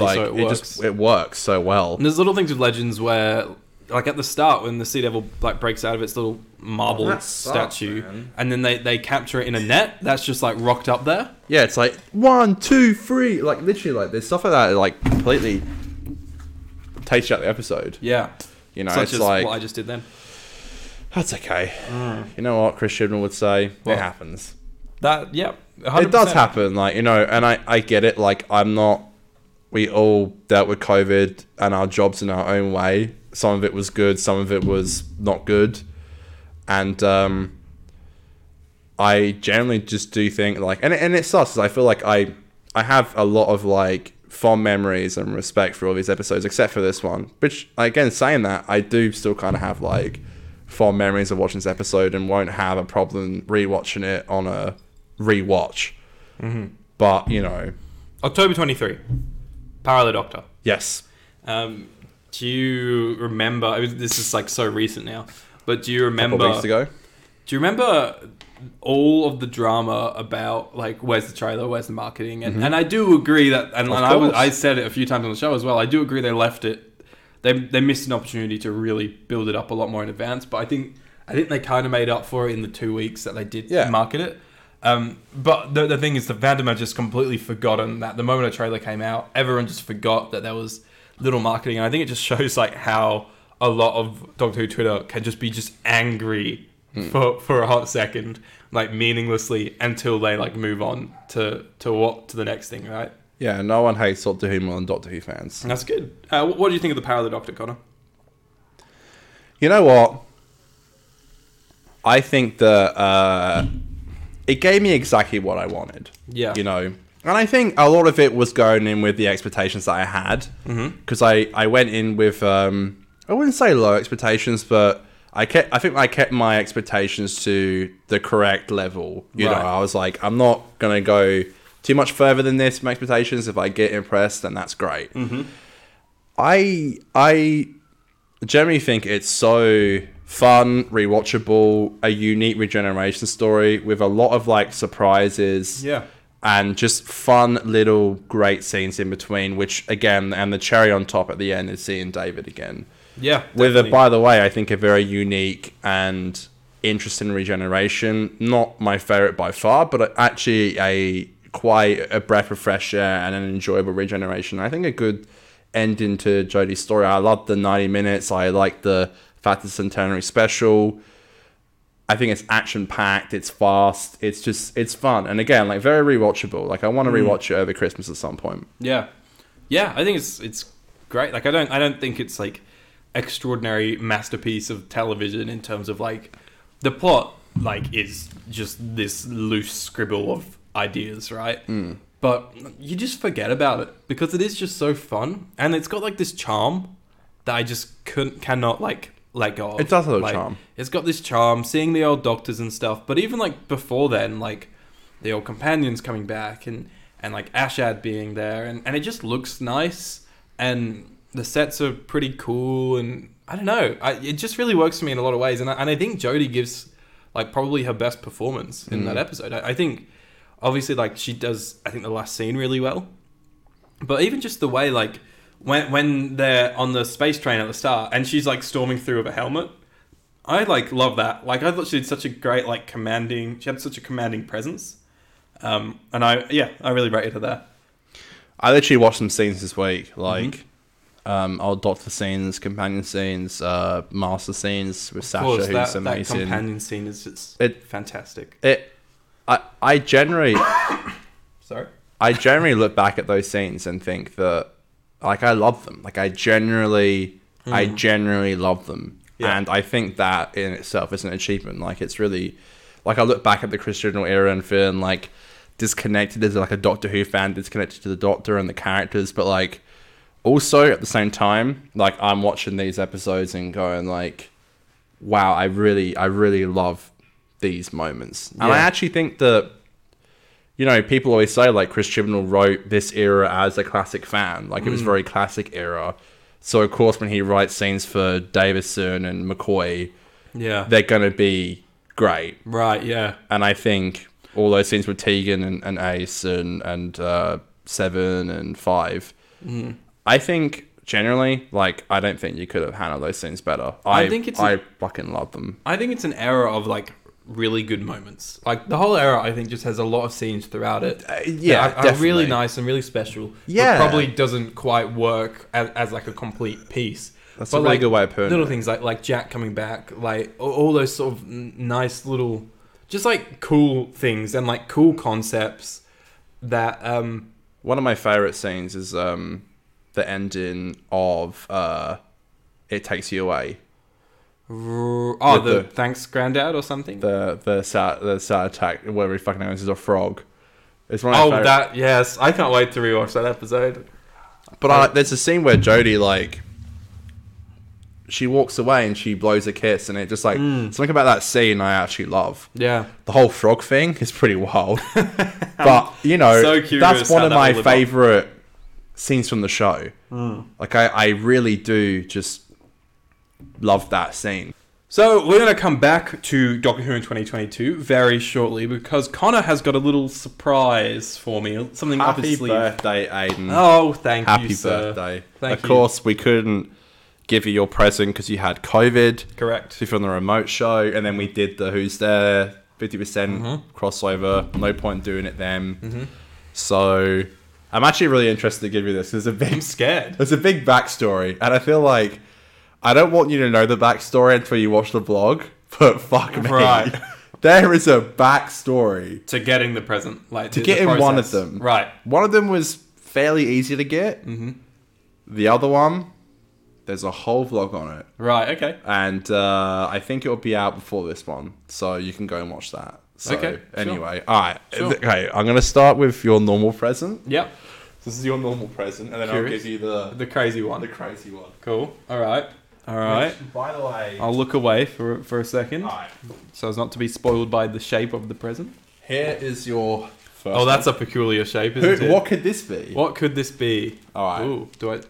Speaker 1: just like
Speaker 2: so it works.
Speaker 1: just it works so well.
Speaker 2: And there's little things with Legends where, like at the start, when the Sea Devil like breaks out of its little marble
Speaker 1: Oh, that sucks,
Speaker 2: statue,
Speaker 1: man.
Speaker 2: and then they they capture it in a net that's just like rocked up there.
Speaker 1: Yeah, it's like one, two, three. Like literally, like there's stuff like that. that, Like completely takes you out the episode.
Speaker 2: Yeah,
Speaker 1: You know,
Speaker 2: such
Speaker 1: it's
Speaker 2: as
Speaker 1: like
Speaker 2: what I just did then.
Speaker 1: that's okay. You know what Chris Chibnall would say?
Speaker 2: What?
Speaker 1: It happens.
Speaker 2: That yeah,
Speaker 1: It does happen, like you know, and I I get it. Like I'm not. We all dealt with COVID and our jobs in our own way. Some of it was good, some of it was not good, and um, I generally just do think like, and it- and it sucks. 'cause I feel like I I have a lot of like fond memories and respect for all these episodes, except for this one. Which again, saying that, I do still kind of have like fond memories of watching this episode and won't have a problem rewatching it on a rewatch. But you know,
Speaker 2: October twenty three, Parallel Doctor.
Speaker 1: yes,
Speaker 2: Um, do you remember? I mean, this is like so recent now, but do you remember?
Speaker 1: couple weeks ago.
Speaker 2: Do you remember all of the drama about like where's the trailer, where's the marketing,
Speaker 1: Mm-hmm.
Speaker 2: and, and I do agree that and, and I was,
Speaker 1: course.
Speaker 2: I said it a few times on the show as well. I do agree they left it. They they missed an opportunity to really build it up a lot more in advance, but I think I think they kind of made up for it in the two weeks that they did
Speaker 1: Yeah.
Speaker 2: market it. Um, but the, the thing is, the fandom had just completely forgotten that the moment a trailer came out, everyone just forgot that there was little marketing, and I think it just shows like how a lot of Doctor Who Twitter can just be just angry for for a hot second, like meaninglessly, until they like move on to to what to the next thing, right?
Speaker 1: Yeah, no one hates Doctor Who more than Doctor Who fans.
Speaker 2: That's good. Uh, what, what do you think of the power of the Doctor, Connor?
Speaker 1: You know what? I think that uh, it gave me exactly what I wanted.
Speaker 2: Yeah.
Speaker 1: You know, and I think a lot of it was going in with the expectations that I had
Speaker 2: Mm-hmm.
Speaker 1: because I I went in with um, I wouldn't say low expectations, but I kept I think I kept my expectations to the correct level. You
Speaker 2: Right.
Speaker 1: know, I was like, I'm not gonna go too much further than this. My expectations. If I get impressed, then that's great.
Speaker 2: Mm-hmm.
Speaker 1: I I generally think it's so fun, rewatchable, a unique regeneration story with a lot of like surprises.
Speaker 2: Yeah.
Speaker 1: And just fun little great scenes in between, which again, and the cherry on top at the end is seeing David again.
Speaker 2: Yeah,
Speaker 1: With a,
Speaker 2: definitely.
Speaker 1: by the way, I think a very unique and interesting regeneration. Not my favorite by far, but actually a quite a breath of fresh air and an enjoyable regeneration. I think a good ending to Jodie's story. I love the 90 minutes. I like the fact it's centenary special. I think it's action packed. It's fast. It's just it's fun. And again, like very rewatchable. Like I want to rewatch it over Christmas at some point.
Speaker 2: Yeah, yeah. I think it's it's great. Like I don't I don't think it's like extraordinary masterpiece of television in terms of like the plot like is just this loose scribble of ideas, right?
Speaker 1: Hmm.
Speaker 2: But you just forget about it because it is just so fun and it's got like this charm that I just couldn't cannot like let go of.
Speaker 1: It does have a
Speaker 2: Like,
Speaker 1: charm.
Speaker 2: It's got this charm, seeing the old doctors and stuff. But even like before then, like the old companions coming back and and like Ashad being there, and and it just looks nice, and the sets are pretty cool, and I don't know, I, it just really works for me in a lot of ways, and I, and I think Jodie gives like probably her best performance in that episode. I, I think obviously like she does, I think the last scene really well, but even just the way like when when they're on the space train at the start and she's like storming through with a helmet i like love that like i thought she did such a great like commanding she had such a commanding presence um and i yeah i really rated her there
Speaker 1: I literally watched some scenes this week,
Speaker 2: Mm-hmm.
Speaker 1: like um, old Doctor scenes, companion scenes, uh, master scenes with Sasha,
Speaker 2: Of course,
Speaker 1: who's
Speaker 2: that, that
Speaker 1: amazing.
Speaker 2: companion scene is just
Speaker 1: It-
Speaker 2: fantastic
Speaker 1: it, I, I generally,
Speaker 2: sorry
Speaker 1: I generally look back at those scenes and think that, like, I love them. Like, I generally, I generally love them.
Speaker 2: Mm. Yeah.
Speaker 1: and I think that in itself is an achievement. Like it's really, like I look back at the Chris Chibnall era and feeling like disconnected as like a Doctor Who fan, disconnected to the Doctor and the characters, but like also at the same time, like I'm watching these episodes and going like, wow, I really, I really love these moments, and I
Speaker 2: Yeah.
Speaker 1: actually think that you know, people always say like Chris Chibnall wrote this era as a classic fan, like it was very classic era. So of course, when he writes scenes for Davison and McCoy,
Speaker 2: Yeah.
Speaker 1: they're gonna be great.
Speaker 2: right. Yeah.
Speaker 1: And I think all those scenes with Tegan and, and Ace and and uh, Seven and Five,
Speaker 2: Mm.
Speaker 1: I think generally, like I don't think you could have handled those scenes better. I,
Speaker 2: I
Speaker 1: think
Speaker 2: think
Speaker 1: it's
Speaker 2: it's
Speaker 1: I
Speaker 2: a-
Speaker 1: fucking love them.
Speaker 2: I think it's an era of like really good moments. Like the whole era, I think, just has a lot of scenes throughout it.
Speaker 1: Uh, yeah,
Speaker 2: that are, are
Speaker 1: definitely.
Speaker 2: really nice and really special.
Speaker 1: Yeah.
Speaker 2: but probably doesn't quite work as, as like a complete piece.
Speaker 1: That's a really
Speaker 2: like,
Speaker 1: good way of putting
Speaker 2: Little
Speaker 1: it.
Speaker 2: things like like Jack coming back, like all, all those sort of n- nice little, just like cool things and like cool concepts that um
Speaker 1: One of my favorite scenes is um, the ending of uh, "It Takes You Away."
Speaker 2: r-
Speaker 1: The-
Speaker 2: oh the,
Speaker 1: the-
Speaker 2: thanks granddad or something.
Speaker 1: The the sat the sat attack, whatever he fucking knows, is a frog. It's one of my
Speaker 2: oh
Speaker 1: favorite.
Speaker 2: that yes, I can't wait to rewatch that episode.
Speaker 1: but I, there's a scene where Jodie like she walks away and she blows a kiss, and it just like something about that scene I actually love.
Speaker 2: Hmm. Yeah.
Speaker 1: The whole frog thing is pretty wild, but you know
Speaker 2: so curious
Speaker 1: that's one
Speaker 2: how
Speaker 1: of
Speaker 2: that
Speaker 1: my
Speaker 2: will live up.
Speaker 1: favorite scenes from the show.
Speaker 2: Hmm.
Speaker 1: Like I, I really do just love that scene.
Speaker 2: So we're going to come back to Doctor Who in 2022 very shortly because Connor has got a little surprise for me, something up his sleeve.
Speaker 1: birthday, Aiden.
Speaker 2: Oh, thank
Speaker 1: Happy
Speaker 2: you, sir.
Speaker 1: birthday.
Speaker 2: Thank
Speaker 1: of
Speaker 2: you.
Speaker 1: course, we couldn't give you your present because you had COVID.
Speaker 2: Correct.
Speaker 1: So from the remote show, and then we did the Who's There 50% percent crossover. No point doing it then. So I'm actually really interested to give you this. There's a big
Speaker 2: I'm scared.
Speaker 1: There's a big backstory, and I feel like I don't want you to know the backstory until you watch the blog. But fuck me,
Speaker 2: Right.
Speaker 1: there is a backstory
Speaker 2: To getting the present, like
Speaker 1: to get in one of them.
Speaker 2: right?
Speaker 1: One of them was fairly easy to get. The other one, there's a whole vlog on it.
Speaker 2: Right. Okay.
Speaker 1: And uh, I think it'll be out before this one. So you can go and watch that. So,
Speaker 2: Okay, sure.
Speaker 1: anyway, all right.
Speaker 2: Sure.
Speaker 1: Okay, I'm going to start with your normal present.
Speaker 2: Yep.
Speaker 1: This is your normal present, and then I'll
Speaker 2: Curious.
Speaker 1: give you the,
Speaker 2: The crazy one.
Speaker 1: the crazy one.
Speaker 2: cool. All right. All right.
Speaker 1: Which, by the way,
Speaker 2: I'll look away for for a second,
Speaker 1: all right.
Speaker 2: so as not to be spoiled by the shape of the present.
Speaker 1: Here is your first.
Speaker 2: Oh, that's a peculiar shape,
Speaker 1: Who,
Speaker 2: isn't it?
Speaker 1: What could this be?
Speaker 2: What could this be?
Speaker 1: All right.
Speaker 2: Ooh, do I?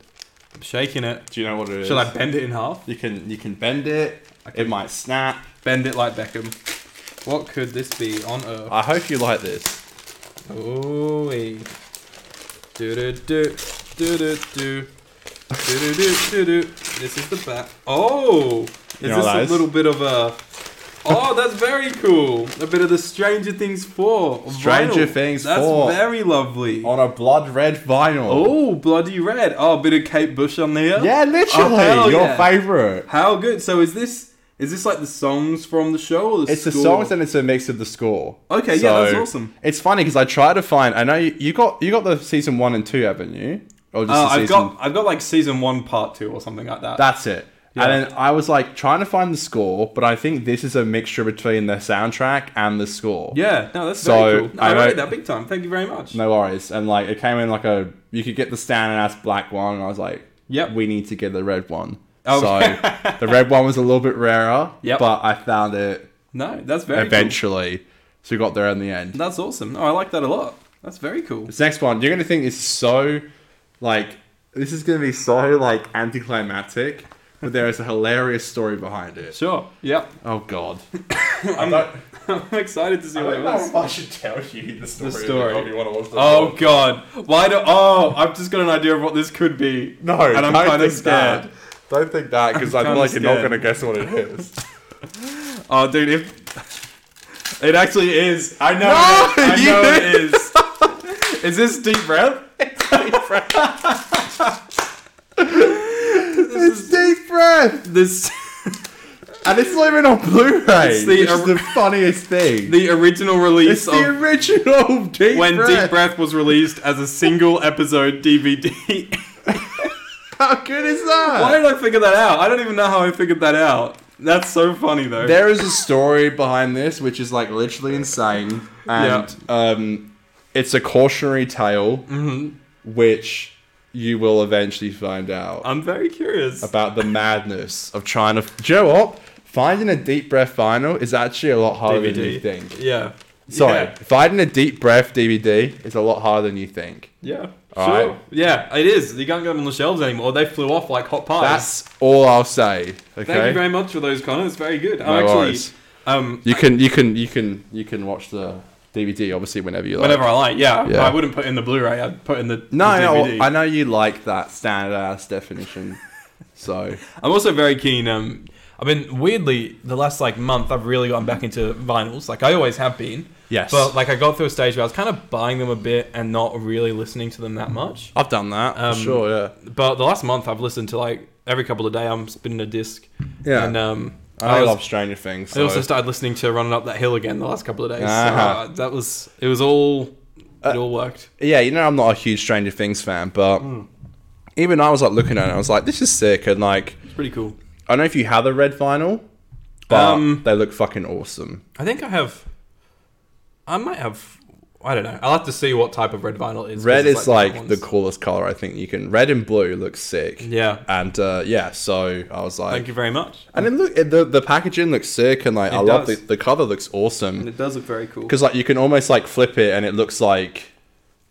Speaker 2: I'm shaking it.
Speaker 1: Do you know what it is?
Speaker 2: Should I bend it in half?
Speaker 1: You can you can bend it. It might snap.
Speaker 2: Bend it like Beckham. What could this be on earth?
Speaker 1: I hope you like this.
Speaker 2: Ooh, do do do do do do do do do do. This is the back. Oh, is
Speaker 1: know what
Speaker 2: this
Speaker 1: that
Speaker 2: a
Speaker 1: is?
Speaker 2: little bit of a? Oh, that's very cool. A bit of the Stranger Things four. vinyl.
Speaker 1: Stranger Things
Speaker 2: that's
Speaker 1: 4.
Speaker 2: very lovely.
Speaker 1: on a blood red vinyl.
Speaker 2: Oh, bloody red. Oh, a bit of Kate Bush on there.
Speaker 1: yeah,
Speaker 2: Oh,
Speaker 1: literally
Speaker 2: hell
Speaker 1: your
Speaker 2: yeah.
Speaker 1: favorite.
Speaker 2: How good. So is this is this like the songs from the show or the
Speaker 1: It's the
Speaker 2: score?
Speaker 1: songs and it's a mix of the score.
Speaker 2: Okay, yeah, that's awesome.
Speaker 1: It's funny because I try to find. I know you, you got you got the season one and two, haven't you? Or just
Speaker 2: Uh,
Speaker 1: the
Speaker 2: I've
Speaker 1: season.
Speaker 2: got I've got like season one part two or something like that.
Speaker 1: that's it.
Speaker 2: Yeah.
Speaker 1: And then I was like trying to find the score, but I think this is a mixture between the soundtrack and the score.
Speaker 2: yeah, no, that's
Speaker 1: So,
Speaker 2: very cool. No,
Speaker 1: I
Speaker 2: I
Speaker 1: don't-
Speaker 2: rated that big time. Thank you very much.
Speaker 1: No worries. And like it came in like a you could get the Stan and ass black one and I was like,
Speaker 2: Yep.
Speaker 1: we need to get the red one.
Speaker 2: Oh.
Speaker 1: So the red one was a little bit rarer,
Speaker 2: Yep.
Speaker 1: but I found it
Speaker 2: No, that's very cool.
Speaker 1: eventually. So we got there in the end.
Speaker 2: That's awesome. No, I like that a lot. That's very cool.
Speaker 1: This next one, you're gonna think is so like this is gonna be so like anticlimactic, but there is a hilarious story behind it.
Speaker 2: Sure. Yep.
Speaker 1: Oh god.
Speaker 2: I'm, I'm excited to see what it was.
Speaker 1: I should tell you the story.
Speaker 2: of the story. dog. You
Speaker 1: want to watch the
Speaker 2: Oh god. Why do Oh, I've just got an idea of what this could be.
Speaker 1: No,
Speaker 2: And I'm
Speaker 1: don't
Speaker 2: kinda
Speaker 1: think that.
Speaker 2: scared.
Speaker 1: Don't think that because I feel
Speaker 2: kinda
Speaker 1: like you're not
Speaker 2: scared.
Speaker 1: gonna guess what it is.
Speaker 2: Oh dude, if It actually is. I know
Speaker 1: No,
Speaker 2: it, I
Speaker 1: you-
Speaker 2: know it is. Is this deep breath?
Speaker 1: It's deep breath,
Speaker 2: This
Speaker 1: and it's not even on Blu-ray. It's
Speaker 2: It's
Speaker 1: the,
Speaker 2: the
Speaker 1: which is
Speaker 2: ori-
Speaker 1: the funniest thing.
Speaker 2: the original
Speaker 1: it's
Speaker 2: release
Speaker 1: the
Speaker 2: of
Speaker 1: original deep
Speaker 2: when
Speaker 1: breath.
Speaker 2: Deep Breath was released as a single episode DVD.
Speaker 1: How good is that?
Speaker 2: Why did I figure that out? I don't even know how I figured that out. That's so funny though.
Speaker 1: There is a story behind this which is like literally insane, and um, it's a cautionary tale
Speaker 2: Mm-hmm.
Speaker 1: which you will eventually find out
Speaker 2: I'm very curious.
Speaker 1: about the madness of trying to. Do you know what? Finding a deep breath vinyl is actually a lot harder than you think.
Speaker 2: Yeah.
Speaker 1: Sorry,
Speaker 2: Yeah.
Speaker 1: finding a deep breath DVD is a lot harder than you think.
Speaker 2: Yeah.
Speaker 1: All
Speaker 2: sure.
Speaker 1: right.
Speaker 2: Yeah, it is. You can't get them on the shelves anymore. They flew off like hot pies.
Speaker 1: That's all I'll say. Okay.
Speaker 2: Thank you very much for those, Connor. It's very good. I'm
Speaker 1: No
Speaker 2: actually.
Speaker 1: worries.
Speaker 2: Um,
Speaker 1: You can you can you can you can watch the DVD obviously whenever you like.
Speaker 2: whenever I like, yeah.
Speaker 1: Yeah.
Speaker 2: I wouldn't put in the Blu-ray. I'd put in the
Speaker 1: No,
Speaker 2: the
Speaker 1: no, oh,
Speaker 2: DVD.
Speaker 1: I know you like that standard ass definition. So
Speaker 2: I'm also very keen. Um, I've been weirdly the last like month. I've really gotten back into vinyls. Like I always have been.
Speaker 1: Yes.
Speaker 2: But like I got through a stage where I was kind of buying them a bit and not really listening to them that much.
Speaker 1: I've done that.
Speaker 2: Um,
Speaker 1: sure, yeah.
Speaker 2: But the last month I've listened to like every couple of day I'm spinning a disc.
Speaker 1: Yeah.
Speaker 2: And um,
Speaker 1: I,
Speaker 2: was-
Speaker 1: love Stranger Things.
Speaker 2: I also
Speaker 1: so-
Speaker 2: started listening to Running Up That Hill again the last couple of days. So,
Speaker 1: Ah.
Speaker 2: uh, that was it was all
Speaker 1: Uh,
Speaker 2: it all worked.
Speaker 1: yeah, you know I'm not a huge Stranger Things fan, but
Speaker 2: Hmm.
Speaker 1: even I was like looking at it, I was like, this is sick, and like
Speaker 2: It's pretty cool.
Speaker 1: I don't know if you have the red vinyl, but
Speaker 2: Um,
Speaker 1: they look fucking awesome.
Speaker 2: I think I have. I might have. I don't know. I'll have to see what type of red vinyl it is. 'cause
Speaker 1: Red
Speaker 2: it's
Speaker 1: is like,
Speaker 2: different
Speaker 1: the
Speaker 2: ones.
Speaker 1: coolest color I think you can. Red and blue looks sick.
Speaker 2: Yeah.
Speaker 1: and uh, yeah, so I was like,
Speaker 2: Thank you very much.
Speaker 1: and then look, the the packaging looks sick, and like I love the,
Speaker 2: does.
Speaker 1: the cover looks awesome.
Speaker 2: It does look very cool.
Speaker 1: because like you can almost like flip it and it looks like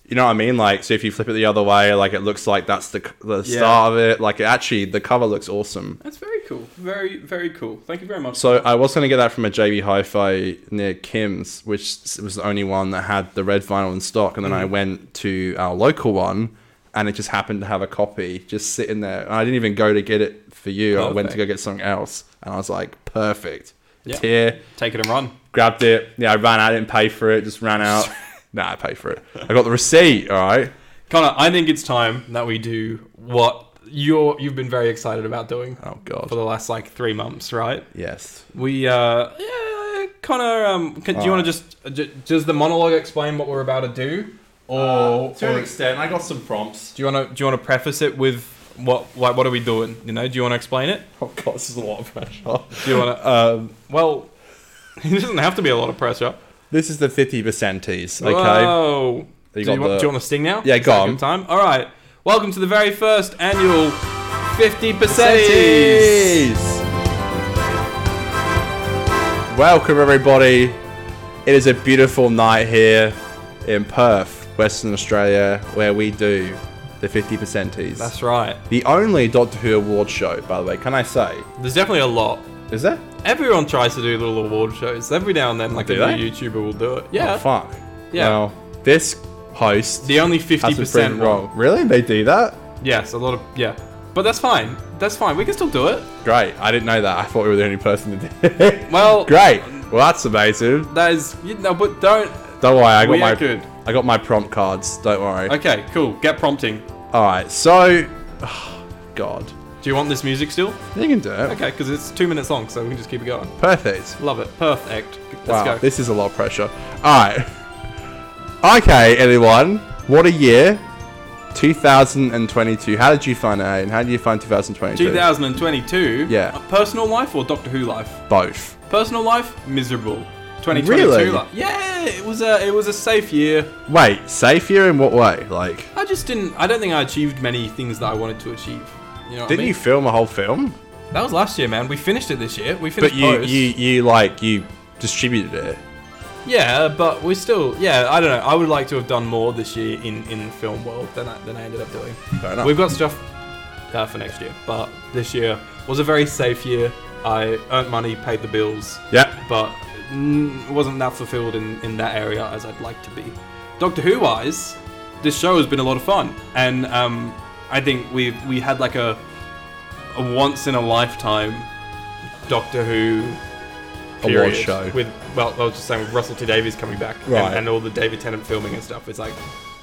Speaker 1: you know what I mean like so if you flip it the other way like it looks like that's the the
Speaker 2: Yeah.
Speaker 1: start of it like actually the cover looks awesome
Speaker 2: That's very cool. Very very cool. Thank you very much.
Speaker 1: so I was gonna get that from a JB Hi-Fi near Kim's which s- was the only one that had the red vinyl in stock and then
Speaker 2: Mm.
Speaker 1: I went to our local one and it just happened to have a copy just sitting there and I didn't even go to get it for you I went to
Speaker 2: Perfect.
Speaker 1: go get something else and I was like perfect
Speaker 2: Yeah.
Speaker 1: it's here
Speaker 2: take it and run.
Speaker 1: grabbed it. Yeah, I ran out. I didn't pay for it. Just ran out. nah, I paid for it. I got the receipt. All right.
Speaker 2: Connor, I think it's time that we do what you're you've been very excited about doing
Speaker 1: Oh
Speaker 2: for
Speaker 1: god.
Speaker 2: the last like three months, right?
Speaker 1: Yes.
Speaker 2: We uh yeah, Connor. Um, can, do you want to just j- does the monologue explain what we're about to do, or,
Speaker 1: to an
Speaker 2: or
Speaker 1: extent, I got some prompts.
Speaker 2: do you want to do you want to preface it with what like what are we doing? You know, do you want to explain it?
Speaker 1: Oh god, this is a lot of pressure.
Speaker 2: Do you want to?
Speaker 1: um,
Speaker 2: well, it doesn't have to be a lot of pressure.
Speaker 1: this is the fifty percenties. Okay.
Speaker 2: Whoa. Do
Speaker 1: You
Speaker 2: you,
Speaker 1: got
Speaker 2: want,
Speaker 1: the-
Speaker 2: do you want the sting now?
Speaker 1: Yeah, go
Speaker 2: Second
Speaker 1: on.
Speaker 2: Time. All right. Welcome to the very first annual fifty percenties.
Speaker 1: Percenties. Welcome everybody. It is a beautiful night here in Perth, Western Australia, where we do the fifty percenties.
Speaker 2: That's right.
Speaker 1: The only Doctor Who award show, by the way, can I say?
Speaker 2: There's definitely a lot.
Speaker 1: Is there?
Speaker 2: Everyone tries to do little award shows. Every now and then, like
Speaker 1: Do
Speaker 2: a
Speaker 1: they?
Speaker 2: new YouTuber will do it. Yeah.
Speaker 1: Oh, fuck.
Speaker 2: Yeah.
Speaker 1: Well, this host
Speaker 2: the only
Speaker 1: has
Speaker 2: fifty
Speaker 1: a pretty
Speaker 2: percent
Speaker 1: role. Really? They do that?
Speaker 2: Yes, a lot of yeah. But that's fine. That's fine. We can still do it.
Speaker 1: Great. I didn't know that. I thought we were the only person that did.
Speaker 2: Well-
Speaker 1: great. Well, that's amazing.
Speaker 2: That is you know, but don't.
Speaker 1: Don't worry, I got
Speaker 2: We are
Speaker 1: my
Speaker 2: good.
Speaker 1: I got my prompt cards. Don't worry.
Speaker 2: Okay, cool. Get prompting.
Speaker 1: All right. So, God,
Speaker 2: Do you want this music still?
Speaker 1: you can do it.
Speaker 2: Okay, because it's two minutes long, so we can just keep it going.
Speaker 1: Perfect.
Speaker 2: Love it. Perfect. Let's
Speaker 1: wow,
Speaker 2: go.
Speaker 1: this is a lot of pressure. All right. Okay, everyone. What a year. 2022. How did you find it, and How did you find 2022?
Speaker 2: 2022.
Speaker 1: Yeah.
Speaker 2: A personal life or Doctor Who life?
Speaker 1: Both.
Speaker 2: Personal life miserable. 2022.
Speaker 1: Really?
Speaker 2: Life. Yeah. It was a it was a safe year.
Speaker 1: Wait, safe year in what way? Like,
Speaker 2: I just didn't. I don't think I achieved many things that I wanted to achieve. You know what
Speaker 1: didn't
Speaker 2: I mean?
Speaker 1: you film a whole film?
Speaker 2: That was last year, man. We finished it this year. We
Speaker 1: But
Speaker 2: finished
Speaker 1: you,
Speaker 2: both.
Speaker 1: you, you like you distributed it.
Speaker 2: Yeah, but we still. Yeah, I don't know. I would like to have done more this year in in the film world than I, than I ended up doing.
Speaker 1: Fair enough.
Speaker 2: We've got stuff uh, for next year, but this year was a very safe year. I earned money, paid the bills,
Speaker 1: Yeah.
Speaker 2: but mm, wasn't that fulfilled in in that area as I'd like to be. Doctor Who wise, this show has been a lot of fun, and um, I think we we had like a a once in a lifetime Doctor Who
Speaker 1: Award
Speaker 2: period
Speaker 1: show.
Speaker 2: with well, I was just saying with Russell T Davies coming back and-
Speaker 1: Right.
Speaker 2: and, all the David Tennant filming and stuff. It's like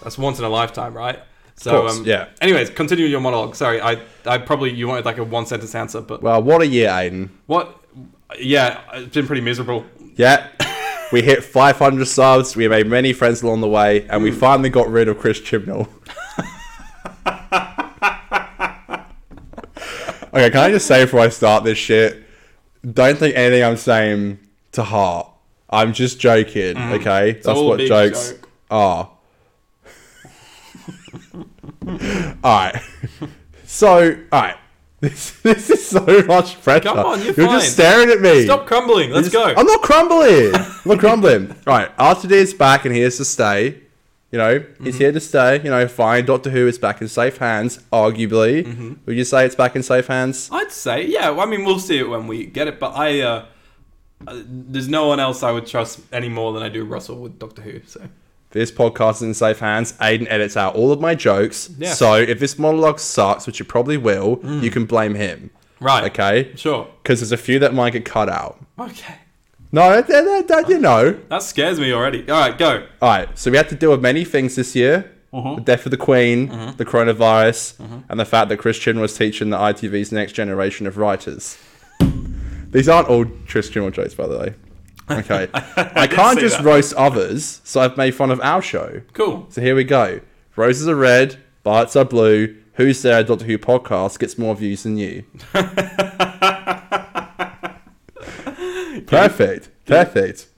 Speaker 2: that's once in a lifetime, right? So
Speaker 1: course,
Speaker 2: um,
Speaker 1: yeah.
Speaker 2: Anyways, continue your monologue. Sorry, I I probably you wanted like a one sentence answer, but
Speaker 1: Well, what a year, Aiden.
Speaker 2: what? Yeah, it's been pretty miserable.
Speaker 1: Yeah. we hit 500 subs. We made many friends along the way,
Speaker 2: Mm.
Speaker 1: and we finally got rid of Chris Chibnall. Okay, can I just say before I start this shit? Don't take anything I'm saying to heart. I'm just joking, okay? That's
Speaker 2: Mm. all a
Speaker 1: what
Speaker 2: big
Speaker 1: jokes
Speaker 2: joke.
Speaker 1: are. alright. So, alright. This, this is so much pressure.
Speaker 2: Come on, you're
Speaker 1: are just
Speaker 2: fine.
Speaker 1: staring at me.
Speaker 2: Stop crumbling. Let's
Speaker 1: Just-
Speaker 2: go.
Speaker 1: I'm not crumbling. I'm not crumbling. All right, Arthur D is back and here's to stay. You know,
Speaker 2: Mm-hmm.
Speaker 1: he's here to stay. You know, fine. Doctor Who is back in safe hands, arguably.
Speaker 2: Mm-hmm.
Speaker 1: Would you say it's back in safe hands?
Speaker 2: I'd say, yeah. Well, I mean, we'll see it when we get it. But I, uh, uh, there's no one else I would trust any more than I do Russell with Doctor Who. So
Speaker 1: This podcast is in safe hands. Aiden edits out all of my jokes.
Speaker 2: Yeah. Mm.
Speaker 1: So if this monologue sucks, which it probably will, you can blame him.
Speaker 2: right,
Speaker 1: Okay?
Speaker 2: sure,
Speaker 1: Because there's a few that might get cut out.
Speaker 2: okay.
Speaker 1: No, that, that, that, you know.
Speaker 2: That scares me already. All right, go.
Speaker 1: All right, so we had to deal with many things this year:
Speaker 2: Mm-hmm.
Speaker 1: the death of the Queen, the coronavirus, and the fact that Christian was teaching the ITV's next generation of writers. These aren't all Christian jokes, by the way. Okay, I
Speaker 2: did
Speaker 1: can't
Speaker 2: see
Speaker 1: just
Speaker 2: that.
Speaker 1: roast others, so I've made fun of our show.
Speaker 2: Cool.
Speaker 1: So here we go: roses are red, bites are blue. Who's there? Doctor Who podcast gets more views than you. Perfect. Perfect.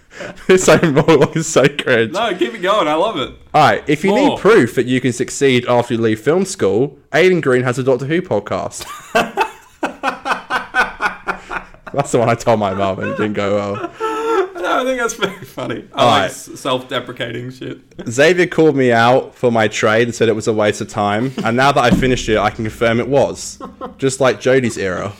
Speaker 1: this same monologue is so cringe.
Speaker 2: No, keep it going. I love it.
Speaker 1: Alright, if you
Speaker 2: More.
Speaker 1: need proof that you can succeed after you leave film school, Aiden Green has a Doctor Who podcast. That's the one I told my mum and it didn't go well.
Speaker 2: No, I think that's very funny. I
Speaker 1: All
Speaker 2: like
Speaker 1: right.
Speaker 2: s self-deprecating shit.
Speaker 1: Xavier called me out for my trade and said it was a waste of time, and now that I finished it, I can confirm it was. Just like Jodie's era.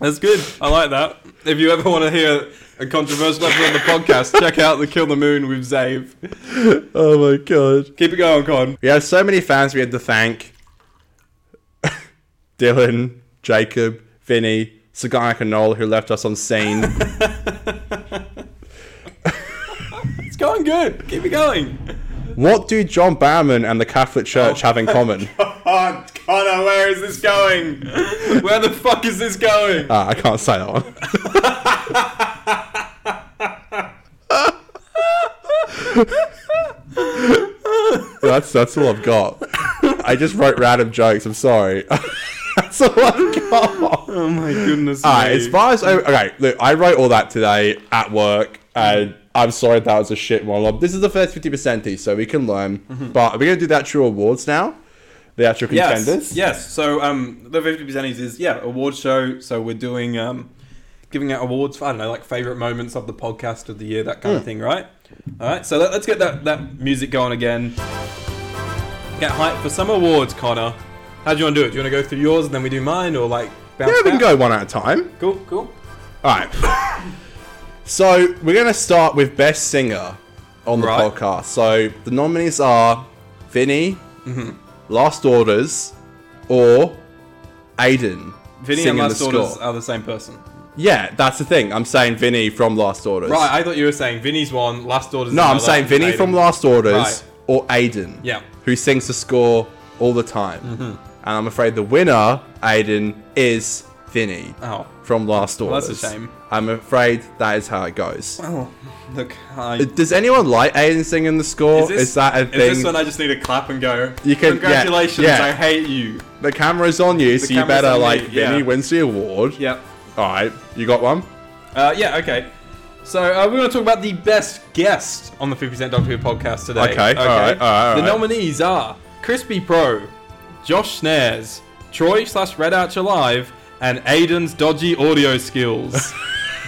Speaker 2: That's good. I like that. If you ever want to hear a controversial episode of the podcast, check out the Kill the Moon with Zave.
Speaker 1: Oh my god.
Speaker 2: Keep it going, Con.
Speaker 1: We have so many fans we had to thank Dylan, Jacob, Vinny, Sagana Canol, who left us on scene.
Speaker 2: It's going good. Keep it going.
Speaker 1: What do John Barman and the Catholic Church have in common?
Speaker 2: Oh, Connor, where is this going? Where the fuck is this going?
Speaker 1: Ah, I can't say that one. that's that's all I've got. I just wrote random jokes. I'm sorry. that's all I've got.
Speaker 2: oh my goodness.
Speaker 1: All right,
Speaker 2: me.
Speaker 1: as far as okay, look, I wrote all that today at work, and I'm sorry that was a shit monologue. This is the first fifty percent, so we can learn. But we're gonna do the actual awards now, the actual
Speaker 2: yes,
Speaker 1: contenders.
Speaker 2: Yes. So um, the fifty percenties is yeah award show. So we're doing um, giving out awards for I don't know like favorite moments of the podcast of the year that
Speaker 1: Hmm.
Speaker 2: kind of thing, right? All right. So let, let's get that that music going again. Get hyped for some awards, Connor. How do you want to do it? Do you want to go through yours and then we do mine, or like bounce?
Speaker 1: Yeah, we can
Speaker 2: back?
Speaker 1: go one at a time.
Speaker 2: Cool. Cool.
Speaker 1: All right. so we're going to start with best singer on the
Speaker 2: Right.
Speaker 1: podcast. So the nominees are Vinny,
Speaker 2: Mm-hmm.
Speaker 1: Last Orders, or Aiden.
Speaker 2: Vinny and
Speaker 1: singing
Speaker 2: Last
Speaker 1: the
Speaker 2: Orders uh,
Speaker 1: score.
Speaker 2: are the same person.
Speaker 1: Yeah, that's the thing. I'm saying Vinny from Last Orders.
Speaker 2: Right. I thought you were saying Vinny's one, Last Orders. is
Speaker 1: No, I'm
Speaker 2: another,
Speaker 1: saying Vinny
Speaker 2: Aiden.
Speaker 1: from Last Orders
Speaker 2: Right.
Speaker 1: or Aiden.
Speaker 2: Yeah. Mm-hmm.
Speaker 1: Who sings the score all the time. And I'm afraid the winner, Aiden, is Vinny
Speaker 2: Oh.
Speaker 1: from Last
Speaker 2: Well,
Speaker 1: Orders.
Speaker 2: that's a shame.
Speaker 1: I'm afraid that is how it goes.
Speaker 2: Oh, look. I,
Speaker 1: Does anyone like Aiden singing the score? Is, that a
Speaker 2: is
Speaker 1: thing?
Speaker 2: this when I just need to clap and go?
Speaker 1: You can- yeah,
Speaker 2: Congratulations!
Speaker 1: yeah.
Speaker 2: I hate you.
Speaker 1: the camera's on you, so you
Speaker 2: camera's
Speaker 1: better
Speaker 2: on me,
Speaker 1: like
Speaker 2: yeah.
Speaker 1: Vinny wins the award.
Speaker 2: Yep.
Speaker 1: All right, you got one.
Speaker 2: Uh, yeah. Okay. So uh, we're going to talk about the best guest on the 50% Doctor Who podcast today.
Speaker 1: Okay, all right, all right, all
Speaker 2: the
Speaker 1: right.
Speaker 2: nominees are Crispy Pro, Josh Snares, Troy slash Red Arch Alive, and Aiden's dodgy audio skills.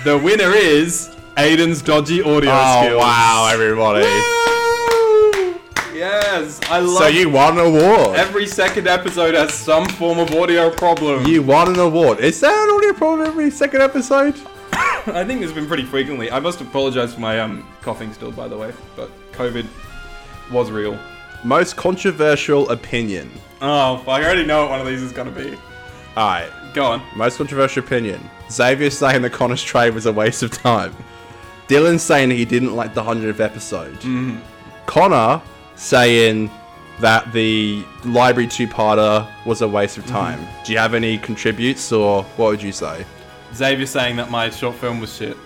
Speaker 2: the winner is Aiden's dodgy audio
Speaker 1: Oh,
Speaker 2: skills.
Speaker 1: everybody!
Speaker 2: Woo! Yes, I love.
Speaker 1: so you won an award.
Speaker 2: Every second episode has some form of audio problem.
Speaker 1: you won an award. Is that an audio problem every second episode?
Speaker 2: I think this has been pretty frequently. I must apologize for my um coughing still, by the way, but COVID was real.
Speaker 1: Most controversial opinion.
Speaker 2: Oh, fuck, I already know what one of these is gonna be.
Speaker 1: All right,
Speaker 2: Go on.
Speaker 1: most controversial opinion. Xavier saying the Connors trade was a waste of time. Dylan saying he didn't like the 100th episode.
Speaker 2: Mm-hmm.
Speaker 1: Connor saying that the
Speaker 2: Mm-hmm.
Speaker 1: library two-parter was a waste of time. Do you have any contributes or what would you say?
Speaker 2: Xavier saying that my short film was shit.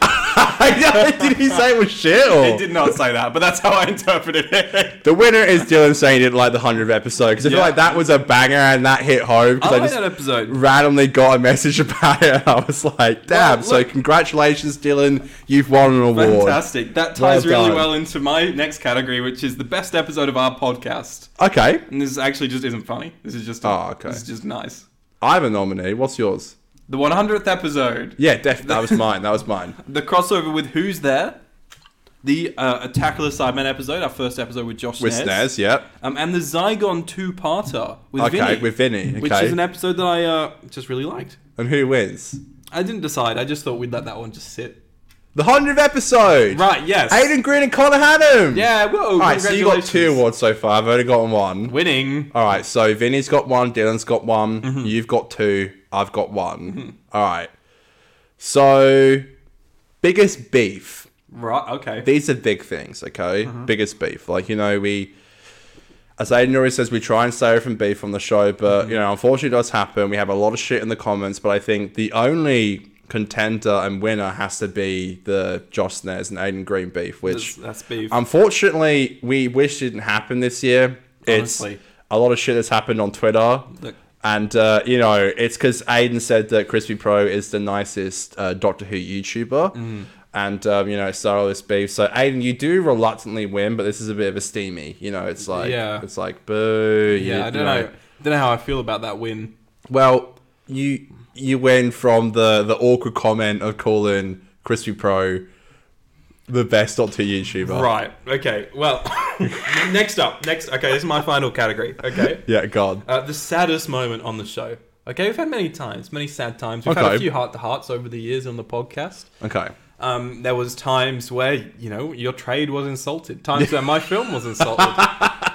Speaker 1: Did he say it was shit? Or?
Speaker 2: He did not say that, but that's how I interpreted it.
Speaker 1: The winner is Dylan saying he didn't like the 100th episode because I feel
Speaker 2: Yeah.
Speaker 1: like that was a banger and that hit home
Speaker 2: I
Speaker 1: because I,
Speaker 2: like
Speaker 1: just
Speaker 2: that episode.
Speaker 1: randomly got a message about it. And I was like, damn.
Speaker 2: Well,
Speaker 1: so,
Speaker 2: look-
Speaker 1: congratulations, Dylan. You've won an award.
Speaker 2: Fantastic. That ties
Speaker 1: Well
Speaker 2: really
Speaker 1: done.
Speaker 2: well into my next category, which is the best episode of our podcast.
Speaker 1: Okay.
Speaker 2: And this actually just isn't funny. This is just
Speaker 1: Oh, okay.
Speaker 2: this is just nice.
Speaker 1: I have a nominee. What's yours?
Speaker 2: The 100th episode.
Speaker 1: Yeah, definitely. That was mine. That was mine.
Speaker 2: The crossover with Who's There. The uh, Attack of the Sidemen episode, our first episode with Josh
Speaker 1: With
Speaker 2: Snares.
Speaker 1: Snares, yep.
Speaker 2: Um, and the Zygon two-parter with
Speaker 1: Okay,
Speaker 2: Vinny,
Speaker 1: with Vinny. Okay.
Speaker 2: which is an episode that I uh, just really liked.
Speaker 1: and who wins?
Speaker 2: I didn't decide. I just thought we'd let that one just sit.
Speaker 1: The 100th episode.
Speaker 2: Right, yes.
Speaker 1: Aiden Green and Connor Hannum.
Speaker 2: Yeah, whoa,
Speaker 1: All right, so you got two awards so far. I've only gotten one.
Speaker 2: Winning.
Speaker 1: All right, so Vinny's got one, Dylan's got one,
Speaker 2: Mm-hmm.
Speaker 1: you've got two, I've got one. All right. So, biggest beef.
Speaker 2: Right, okay.
Speaker 1: These are big things, okay? Biggest beef. Like, you know, we, as Aiden always says, we try and stay away from beef on the show, but, you know, unfortunately it does happen. We have a lot of shit in the comments, but I think the only contender and winner has to be the Josh Snares and Aiden Green beef,
Speaker 2: that's,
Speaker 1: which
Speaker 2: that's beef.
Speaker 1: Unfortunately, we wish it didn't happen this year. It's
Speaker 2: Honestly.
Speaker 1: a lot of shit that's happened on Twitter.
Speaker 2: Look.
Speaker 1: And, uh, you know, it's because Aiden said that Crispy Pro is the nicest uh, Doctor Who YouTuber.
Speaker 2: Mm-hmm.
Speaker 1: And, um, you know, it started all this beef. So, Aiden, you do reluctantly win, but this is a bit of a steamy. You know, it's like,
Speaker 2: Yeah.
Speaker 1: it's like, boo. you-
Speaker 2: yeah, I
Speaker 1: you
Speaker 2: don't know. Don't know how I feel about that win.
Speaker 1: Well, you you win from the, the awkward comment of calling Crispy Pro the best Doctor Who YouTuber.
Speaker 2: Right. Okay. Well, next up, next. Okay, this is my final category. Okay.
Speaker 1: Yeah, God.
Speaker 2: Uh, the saddest moment on the show. Okay, we've had many times, many sad times. We've had
Speaker 1: Okay.
Speaker 2: a few heart to hearts over the years on the podcast.
Speaker 1: Okay.
Speaker 2: Um, there was times where you know your trade was insulted, times where my film was insulted,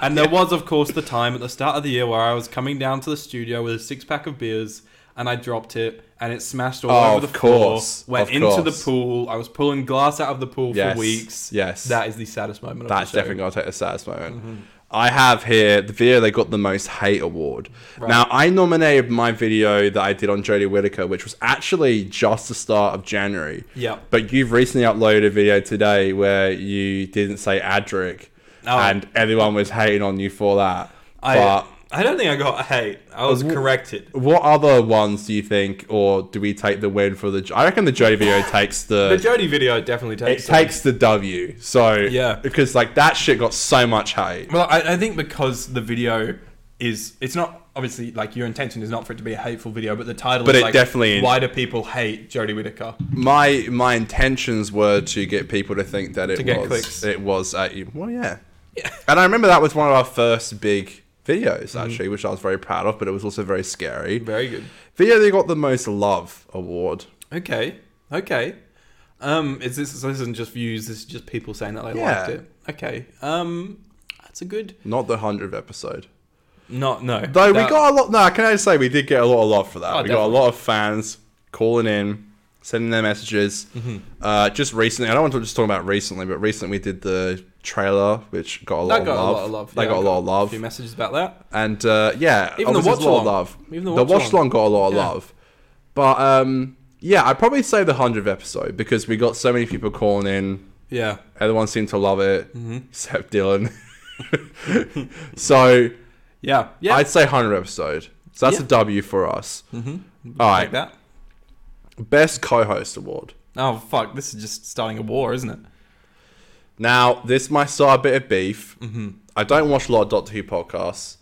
Speaker 2: and there was, of course, the time at the start of the year where I was coming down to the studio with a six pack of beers and I dropped it and it smashed all
Speaker 1: Oh,
Speaker 2: over the
Speaker 1: of course,
Speaker 2: floor, went
Speaker 1: of
Speaker 2: into
Speaker 1: course.
Speaker 2: the pool. I was pulling glass out of the pool
Speaker 1: Yes,
Speaker 2: for weeks.
Speaker 1: yes.
Speaker 2: that is the saddest moment.
Speaker 1: That's
Speaker 2: of the show.
Speaker 1: definitely going to take the saddest moment. I have here the video that got the most hate award. Now, I nominated my video that I did on Jodie Whittaker, which was actually just the start of January.
Speaker 2: Yep.
Speaker 1: But you've recently uploaded a video today where you didn't say Adric,
Speaker 2: Oh.
Speaker 1: and everyone was hating on you for that.
Speaker 2: I,
Speaker 1: but Oh,
Speaker 2: I don't think I got hate. I was corrected.
Speaker 1: what other ones do you think, or do we take the win for the? Jo- I reckon the Jodie video takes
Speaker 2: The Jody video definitely
Speaker 1: it
Speaker 2: takes.
Speaker 1: takes the W. So
Speaker 2: Yeah.
Speaker 1: because like that shit got so much hate.
Speaker 2: Well, I, I think because the video is, it's not obviously like your intention is not for it to be a hateful video, but the title.
Speaker 1: But
Speaker 2: is
Speaker 1: it
Speaker 2: like,
Speaker 1: definitely-
Speaker 2: Why do people hate Jodie Whittaker?
Speaker 1: my my intentions were to get people to think that it
Speaker 2: get
Speaker 1: was
Speaker 2: clicks.
Speaker 1: it was at you. Well, yeah. And I remember that was one of our first big
Speaker 2: Mm-hmm.
Speaker 1: videos actually, which I was very proud of, but it was also very scary.
Speaker 2: Very good.
Speaker 1: Video that got the most love award.
Speaker 2: Okay. Okay. Um, is this, so this isn't just views? This is just people saying that they
Speaker 1: Yeah.
Speaker 2: liked it. Okay. Um, that's a good.
Speaker 1: Not the hundredth episode.
Speaker 2: Not no.
Speaker 1: Though we
Speaker 2: That-
Speaker 1: got a lot no, can I just say we did get a lot of love for that.
Speaker 2: Oh,
Speaker 1: we got a lot of fans calling in, sending their messages.
Speaker 2: Mm-hmm.
Speaker 1: Uh, just recently, I don't want to just talk about recently, but recently we did the trailer, which got a lot,
Speaker 2: that
Speaker 1: of,
Speaker 2: got
Speaker 1: love.
Speaker 2: a lot of love.
Speaker 1: They
Speaker 2: Yeah,
Speaker 1: got
Speaker 2: I
Speaker 1: a lot of
Speaker 2: A
Speaker 1: love.
Speaker 2: few messages about that.
Speaker 1: And uh, yeah,
Speaker 2: Even
Speaker 1: obviously it's
Speaker 2: the
Speaker 1: a lot of
Speaker 2: watch-along.
Speaker 1: love.
Speaker 2: Even the
Speaker 1: watch-along
Speaker 2: watch-along.
Speaker 1: got a lot of
Speaker 2: Yeah.
Speaker 1: love, but um, yeah, I'd probably say the hundredth episode because we got so many people calling in.
Speaker 2: Yeah.
Speaker 1: Everyone seemed to love it,
Speaker 2: Mm-hmm.
Speaker 1: except Dylan. so
Speaker 2: Yeah. Yeah.
Speaker 1: I'd say hundred episode. So that's
Speaker 2: Yeah. Mm-hmm.
Speaker 1: a W for us. All right,
Speaker 2: like that.
Speaker 1: best co-host award.
Speaker 2: Oh fuck! This is just starting a war, isn't it?
Speaker 1: Now, this might start a bit of beef.
Speaker 2: Mm-hmm.
Speaker 1: I don't watch a lot of Doctor Who podcasts.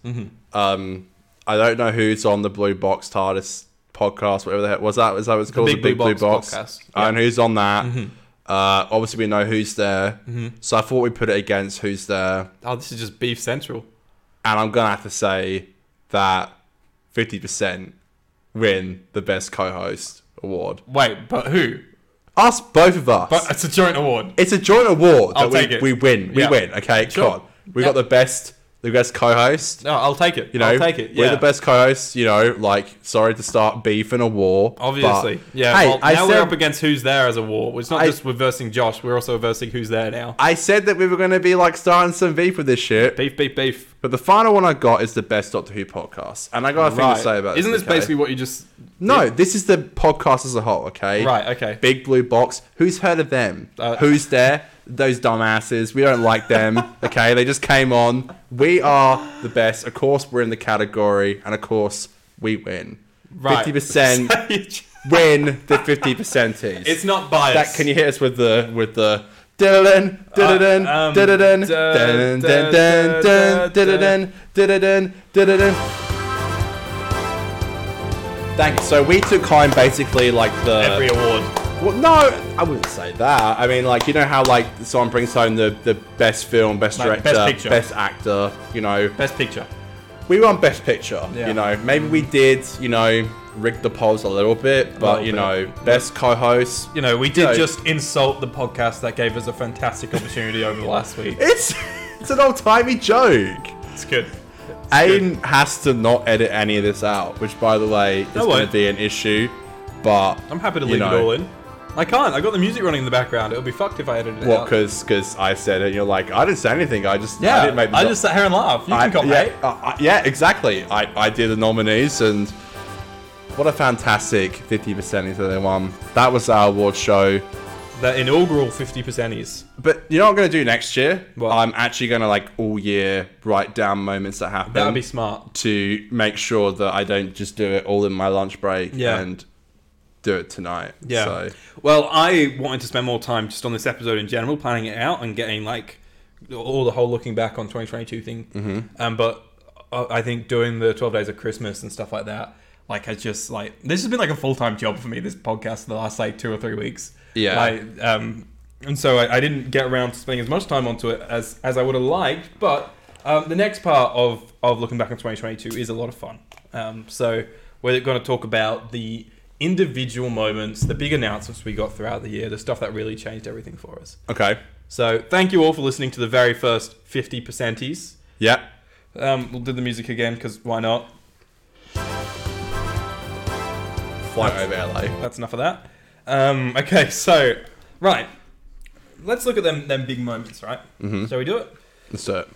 Speaker 1: Um, I don't know who's on the Blue Box TARDIS podcast, whatever the heck was that? Was that what it's called?
Speaker 2: Big Blue Box podcast. Mm-hmm.
Speaker 1: And who's on that? Uh, obviously, we know who's there. So I thought we put it against who's there.
Speaker 2: Oh, this is just beef central.
Speaker 1: And I'm going to have to say that 50% win the best co host award.
Speaker 2: Wait, but who?
Speaker 1: Us, both of us.
Speaker 2: But it's a joint award.
Speaker 1: It's a joint award that
Speaker 2: I'll
Speaker 1: we,
Speaker 2: take it.
Speaker 1: we win. We
Speaker 2: Yeah.
Speaker 1: win. Okay,
Speaker 2: Sure.
Speaker 1: God, we
Speaker 2: Yeah.
Speaker 1: got the best the best co-host.
Speaker 2: No, I'll take it.
Speaker 1: You know,
Speaker 2: I'll take it. Yeah.
Speaker 1: we're the best co-hosts. You know, like sorry to start beef in a war. but-
Speaker 2: Obviously, yeah.
Speaker 1: Hey,
Speaker 2: well,
Speaker 1: I
Speaker 2: now
Speaker 1: said-
Speaker 2: we're up against who's there as a war. It's not
Speaker 1: I-
Speaker 2: just reversing Josh. We're also reversing who's there now.
Speaker 1: I said that we were going to be like starting some beef with this shit,
Speaker 2: Beef, beef, beef.
Speaker 1: but the final one I got is the best Doctor Who podcast, and I got a thing to say about.
Speaker 2: Isn't this
Speaker 1: this okay?
Speaker 2: basically what you just?
Speaker 1: No, this is the podcast as a whole, okay?
Speaker 2: Right, okay.
Speaker 1: Big Blue Box. Who's heard of them?
Speaker 2: Uh,
Speaker 1: Who's there? Those dumbasses. We don't like them, okay? They just came on. We are the best. Of course, we're in the category, and of course, we win.
Speaker 2: Right.
Speaker 1: 50% win the 50%ties.
Speaker 2: it's not biased.
Speaker 1: that, can you hit us with the with the Diddle-dun, diddle-dun,
Speaker 2: Uh, um,
Speaker 1: diddle-dun,
Speaker 2: da-
Speaker 1: dun,
Speaker 2: da-
Speaker 1: dun, dun,
Speaker 2: da- da-
Speaker 1: dun, diddle-dun, diddle-dun, diddle-dun. Thank you. So we took home basically like the
Speaker 2: every award?
Speaker 1: well, no, I wouldn't say that. I mean, like you know how like someone brings home the, the best film, best
Speaker 2: Like, best
Speaker 1: director, best,
Speaker 2: picture.
Speaker 1: actor. You know,
Speaker 2: Best picture.
Speaker 1: we won best picture.
Speaker 2: Yeah.
Speaker 1: You know, maybe we did. You know, rig the polls a little bit, but
Speaker 2: little
Speaker 1: you
Speaker 2: bit.
Speaker 1: know, best co-host.
Speaker 2: You know, we did
Speaker 1: No.
Speaker 2: just insult the podcast that gave us a fantastic opportunity over the last week.
Speaker 1: It's it's an old timey joke.
Speaker 2: It's good.
Speaker 1: Aiden has to not edit any of this out, which by the way is
Speaker 2: I
Speaker 1: going
Speaker 2: won't.
Speaker 1: to be an issue. But
Speaker 2: I'm happy to
Speaker 1: you
Speaker 2: leave it
Speaker 1: know,
Speaker 2: all in. I can't. I got the music running in the background. It'll be fucked if I edit it
Speaker 1: What?
Speaker 2: out.
Speaker 1: Because because I said it. You're like I didn't say anything. I just
Speaker 2: Yeah,
Speaker 1: I didn't make the
Speaker 2: I
Speaker 1: doc-
Speaker 2: just sat here and laughed. You
Speaker 1: I-
Speaker 2: can come,
Speaker 1: yeah,
Speaker 2: mate.
Speaker 1: uh, uh, yeah, exactly. I, I did the nominees, and what a fantastic 50% into they won. That was our award show.
Speaker 2: The inaugural 50%ies.
Speaker 1: But you know what I'm going to do next year?
Speaker 2: What?
Speaker 1: I'm actually going to, like, all year write down moments that happen
Speaker 2: That would be smart.
Speaker 1: to make sure that I don't just do it all in my lunch break
Speaker 2: Yeah.
Speaker 1: and do it tonight.
Speaker 2: Yeah.
Speaker 1: So,
Speaker 2: Well, I wanted to spend more time just on this episode in general, planning it out and getting like all the whole looking back on 2022 thing. Um, but I I think doing the 12 days of Christmas and stuff like that, like has just like this has been like a full time job for me. This podcast the last like two or three weeks.
Speaker 1: Yeah.
Speaker 2: Like, um, and so I, I didn't get around to spending as much time onto it as as I would have liked, but. Um, the next part of, of looking back on 2022 is a lot of fun. Um, so we're going to talk about the individual moments, the big announcements we got throughout the year, the stuff that really changed everything for us.
Speaker 1: okay.
Speaker 2: So thank you all for listening to the very first 50 percenties.
Speaker 1: Yeah.
Speaker 2: Um, we'll do the music again because why not?
Speaker 1: Flight over LA.
Speaker 2: That's enough of that. Um, okay, so right, let's look at them them big moments, right? Shall we do it?
Speaker 1: Let's do it.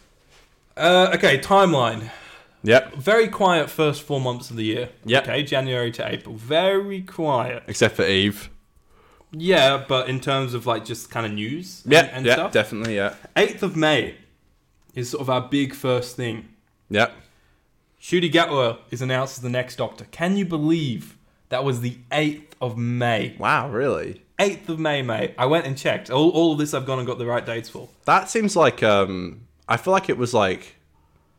Speaker 2: Uh, okay, timeline.
Speaker 1: Yep.
Speaker 2: Very quiet first four months of the year.
Speaker 1: Yep.
Speaker 2: Okay, January to April. Very quiet.
Speaker 1: Except for Eve.
Speaker 2: Yeah, but in terms of like just kind of news and,
Speaker 1: Yeah.
Speaker 2: and
Speaker 1: yeah.
Speaker 2: stuff.
Speaker 1: Definitely. Yeah.
Speaker 2: 8th of May is sort of our big first thing.
Speaker 1: Yep.
Speaker 2: Shooty Gatwa is announced as the next Doctor. Can you believe that was the 8th of May?
Speaker 1: Wow. Really?
Speaker 2: 8th of May, mate. I went and checked. All, all of this I've gone and got the right dates for.
Speaker 1: That seems like um I feel like it was like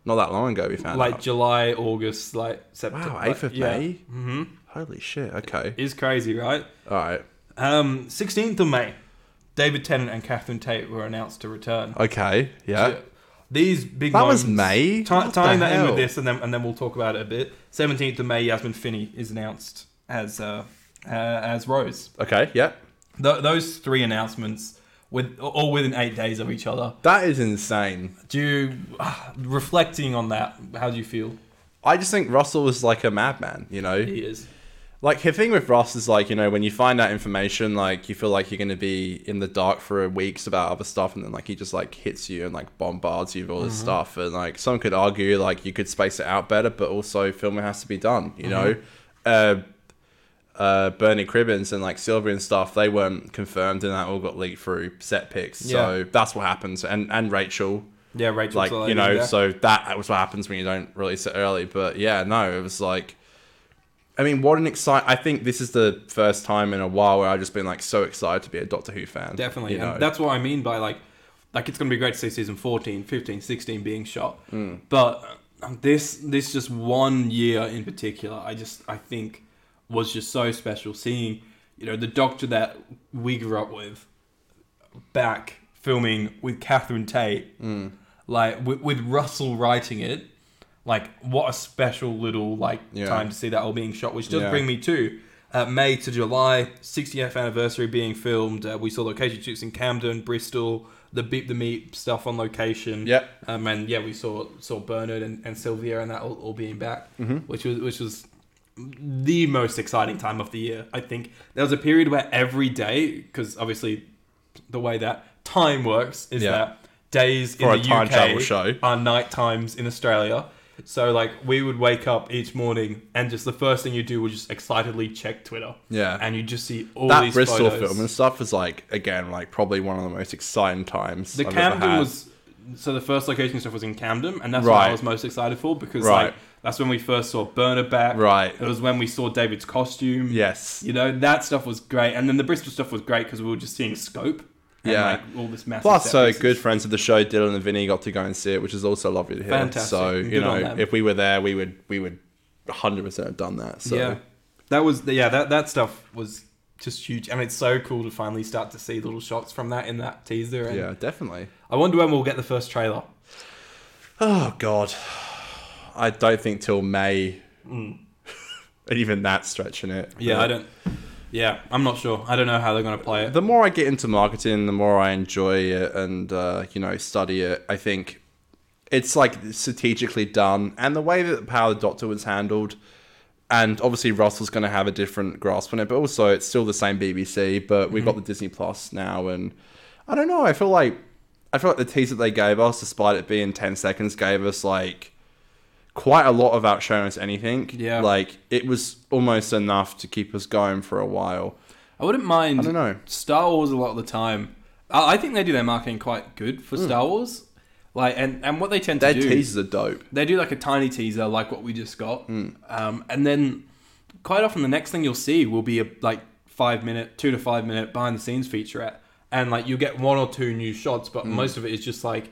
Speaker 1: not that long ago we found
Speaker 2: Like
Speaker 1: out.
Speaker 2: July, August, like September.
Speaker 1: wow, eighth of
Speaker 2: Yeah.
Speaker 1: May. Mm-hmm. Holy shit. Okay.
Speaker 2: Is crazy, right?
Speaker 1: All right.
Speaker 2: Um, 16th of May, David Tennant and Catherine Tate were announced to return.
Speaker 1: Okay. Yeah.
Speaker 2: Yeah. These big
Speaker 1: That was
Speaker 2: moments-
Speaker 1: May?
Speaker 2: Ti-
Speaker 1: What
Speaker 2: tying
Speaker 1: the
Speaker 2: that in
Speaker 1: hell?
Speaker 2: with this, and then and then we'll talk about it a bit. Seventeenth of May, Yasmin Finney is announced as uh, uh, as Rose.
Speaker 1: Okay. Yeah.
Speaker 2: Th- those three announcements with all within eight days of each other.
Speaker 1: That is insane.
Speaker 2: Do you ah, reflecting on that? How do you feel?
Speaker 1: I just think Russell was like a madman, you know?
Speaker 2: He is.
Speaker 1: Like, his thing with Russ is like, you know, when you find out information, like, you feel like you're going to be in the dark for weeks about other stuff, and then, like, he just, like, hits you and, like, bombards you with all this stuff. And, like, some could argue, like, you could space it out better, but also filming has to be done, you know? Uh, uh, Bernie Cribbins and, like, Silver and stuff, they weren't confirmed, and that all got leaked through set picks. So
Speaker 2: Yeah.
Speaker 1: that's what happens. And, and Rachel,
Speaker 2: Yeah, Rachel.
Speaker 1: like you know so that was what happens when you don't release it early but yeah no it was like i mean what an excite i think this is the first time in a while where i've just been like so excited to be a doctor who fan
Speaker 2: definitely
Speaker 1: you know?
Speaker 2: and that's what i mean by like like it's going to be great to see season 14 15 16 being shot
Speaker 1: Mm.
Speaker 2: but um, this this just one year in particular i just i think was just so special seeing you know the doctor that we grew up with back filming with catherine tate
Speaker 1: Mm.
Speaker 2: like with, with russell writing it like what a special little like
Speaker 1: Yeah.
Speaker 2: time to see that all being shot which does
Speaker 1: Yeah.
Speaker 2: bring me to uh, May to July, 60th anniversary being filmed. Uh, we saw location shoots in Camden, Bristol, the beep the meat stuff on location.
Speaker 1: Yep.
Speaker 2: Um, and yeah, we saw saw Bernard and, and Sylvia and that all, all being back,
Speaker 1: Mm-hmm.
Speaker 2: which was which was the most exciting time of the year. I think there was a period where every day, because obviously the way that time works is
Speaker 1: Yeah.
Speaker 2: that days
Speaker 1: For
Speaker 2: in
Speaker 1: a
Speaker 2: the
Speaker 1: time
Speaker 2: UK
Speaker 1: travel show.
Speaker 2: are night times in Australia. So like we would wake up each morning and just the first thing you do was just excitedly check Twitter.
Speaker 1: Yeah.
Speaker 2: And you just see all
Speaker 1: that
Speaker 2: these
Speaker 1: Bristol
Speaker 2: photos.
Speaker 1: film and stuff is like again like probably one of the most exciting times.
Speaker 2: The
Speaker 1: I've ever
Speaker 2: Camden
Speaker 1: had.
Speaker 2: was so the first location stuff was in Camden, and that's what I
Speaker 1: Right.
Speaker 2: was most excited for because like
Speaker 1: Right.
Speaker 2: that's when we first saw Burner back.
Speaker 1: Right.
Speaker 2: It was when we saw David's costume.
Speaker 1: yes,
Speaker 2: You know that stuff was great, and then the Bristol stuff was great because we were just seeing scope. And,
Speaker 1: Yeah.
Speaker 2: Like all this massive.
Speaker 1: Plus,
Speaker 2: set
Speaker 1: so
Speaker 2: pieces.
Speaker 1: good friends of the show, Dylan and Vinny, got to go and see it, which is also lovely to hear.
Speaker 2: Fantastic.
Speaker 1: So you
Speaker 2: Good on
Speaker 1: know,
Speaker 2: them.
Speaker 1: if we were there, we would we would hundred percent have done that. So
Speaker 2: Yeah, that was yeah that that stuff was just huge, and it's so cool to finally start to see little shots from that in that teaser. And
Speaker 1: yeah, definitely.
Speaker 2: I wonder when we'll get the first trailer.
Speaker 1: Oh God, I don't think till May. Even that's stretching it.
Speaker 2: Mm. Yeah,
Speaker 1: But
Speaker 2: I don't. Yeah, I'm not sure. I don't know how they're gonna play it.
Speaker 1: The more I get into marketing, the more I enjoy it and uh, you know study it. I think it's like strategically done, and the way that Power the Doctor was handled, and obviously Russell's going to have a different grasp on it, but also it's still the same BBC, but we've got
Speaker 2: Mm-hmm.
Speaker 1: the Disney Plus now, and I don't know. I feel like I feel like the tease that they gave us, despite it being ten seconds, gave us like quite a lot about showing us anything.
Speaker 2: Yeah.
Speaker 1: like it was almost enough to keep us going for a while.
Speaker 2: I wouldn't mind.
Speaker 1: I don't know.
Speaker 2: Star Wars a lot of the time. I, I think they do their marketing quite good
Speaker 1: Hmm.
Speaker 2: for Star Wars. Like and and what they tend
Speaker 1: Their
Speaker 2: to do.
Speaker 1: teasers are dope.
Speaker 2: they do like a tiny teaser like what we just got
Speaker 1: Hmm.
Speaker 2: um, and then quite often the next thing you'll see will be a like five minute two to five minute behind the scenes featurette and like you'll get one or two new shots
Speaker 1: Hmm.
Speaker 2: but most of it is just like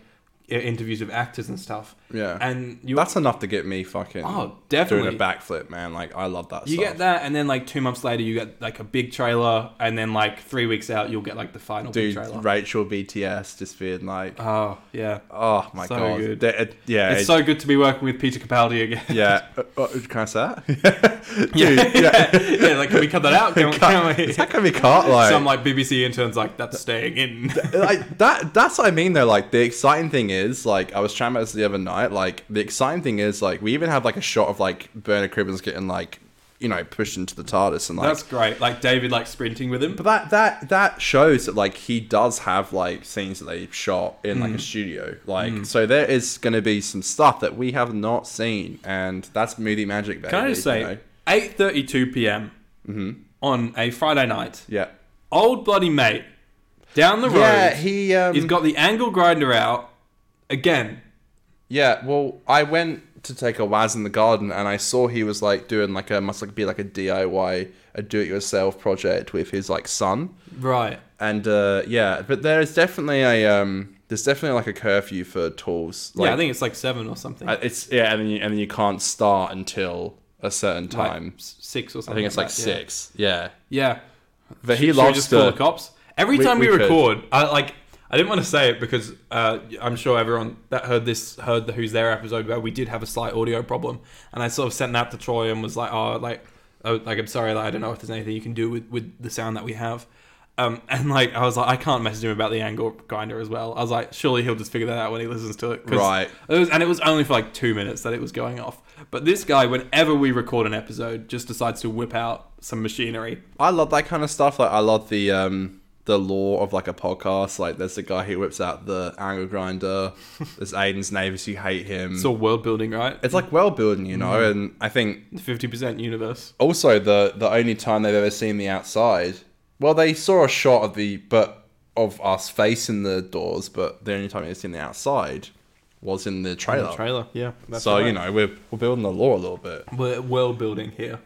Speaker 2: i- interviews with actors and stuff
Speaker 1: Yeah.
Speaker 2: and you
Speaker 1: That's enough to get me fucking
Speaker 2: Oh, definitely.
Speaker 1: doing a backflip, man. Like I love that.
Speaker 2: you
Speaker 1: stuff.
Speaker 2: get that and then like two months later you get like a big trailer and then like three weeks out you'll get like the final big
Speaker 1: dude.
Speaker 2: trailer
Speaker 1: Rachel BTS just being like,
Speaker 2: oh yeah
Speaker 1: oh my
Speaker 2: so
Speaker 1: god,
Speaker 2: good.
Speaker 1: They- it- yeah,
Speaker 2: it's
Speaker 1: it-
Speaker 2: so good to be working with peter capaldi again
Speaker 1: yeah. Uh, uh, can I say that? dude,
Speaker 2: yeah. yeah like can we cut that out can, can we
Speaker 1: Is that gonna be caught? Like,
Speaker 2: Some like BBC interns like that's staying in.
Speaker 1: like that that's what I mean though. Like the exciting thing is, like I was chatting about this the other night, like the exciting thing is like we even have like a shot of like Bernard Cribbins getting like you know, pushed into the TARDIS and like
Speaker 2: that's great. Like David like sprinting with him.
Speaker 1: But that that that shows that like he does have like scenes that they shot in
Speaker 2: Mm.
Speaker 1: like a studio. Like so there is going to be some stuff that we have not seen, and that's movie magic. Baby,
Speaker 2: Can I just
Speaker 1: you
Speaker 2: say,
Speaker 1: know? Mm-hmm.
Speaker 2: eight thirty two p.m. on a Friday night,
Speaker 1: Yeah.
Speaker 2: old bloody mate down the road.
Speaker 1: Yeah, he. Um,
Speaker 2: has got the angle grinder out again.
Speaker 1: Yeah, well, I went to take a Waz in the garden, and I saw he was like doing like a must like be like a DIY, a do-it-yourself project with his like son.
Speaker 2: Right.
Speaker 1: and uh, yeah, but there is definitely a um, there's definitely like a curfew for tools. Like,
Speaker 2: yeah, I think it's like seven or something.
Speaker 1: uh, it's yeah, and then you, and then you can't start until a certain
Speaker 2: Like,
Speaker 1: time.
Speaker 2: s- six or something.
Speaker 1: I think it's like
Speaker 2: that, yeah.
Speaker 1: six. Yeah,
Speaker 2: Yeah.
Speaker 1: but he
Speaker 2: Should we
Speaker 1: loves
Speaker 2: just
Speaker 1: to.
Speaker 2: call the cops? Every
Speaker 1: We-
Speaker 2: time we,
Speaker 1: we could.
Speaker 2: record, I like. I didn't want to say it because uh, I'm sure everyone that heard this heard the Who's There episode where we did have a slight audio problem, and I sort of sent that to Troy and was like, "Oh, like, oh, like I'm sorry, like, I don't know if there's anything you can do with with the sound that we have." Um, and like I was like, I can't message him about the angle grinder as well. I was like, surely he'll just figure that out when he listens to it. 'cause
Speaker 1: Right.
Speaker 2: it was, and it was only for like two minutes that it was going off. But this guy, whenever we record an episode, just decides to whip out some machinery.
Speaker 1: I love that kind of stuff. Like I love the um the lore of like a podcast. Like there's the guy who whips out the angle grinder. there's Aiden's neighbors who hate him.
Speaker 2: It's all world building, right?
Speaker 1: it's like world building, you know. And I think
Speaker 2: fifty percent universe.
Speaker 1: also the the only time they've ever seen the outside. Well, they saw a shot of the but of us facing the doors, but the only time they've seen the outside was in the trailer.
Speaker 2: Trailer, yeah.
Speaker 1: so you know we're, we're building the lore a little bit.
Speaker 2: we're world building here.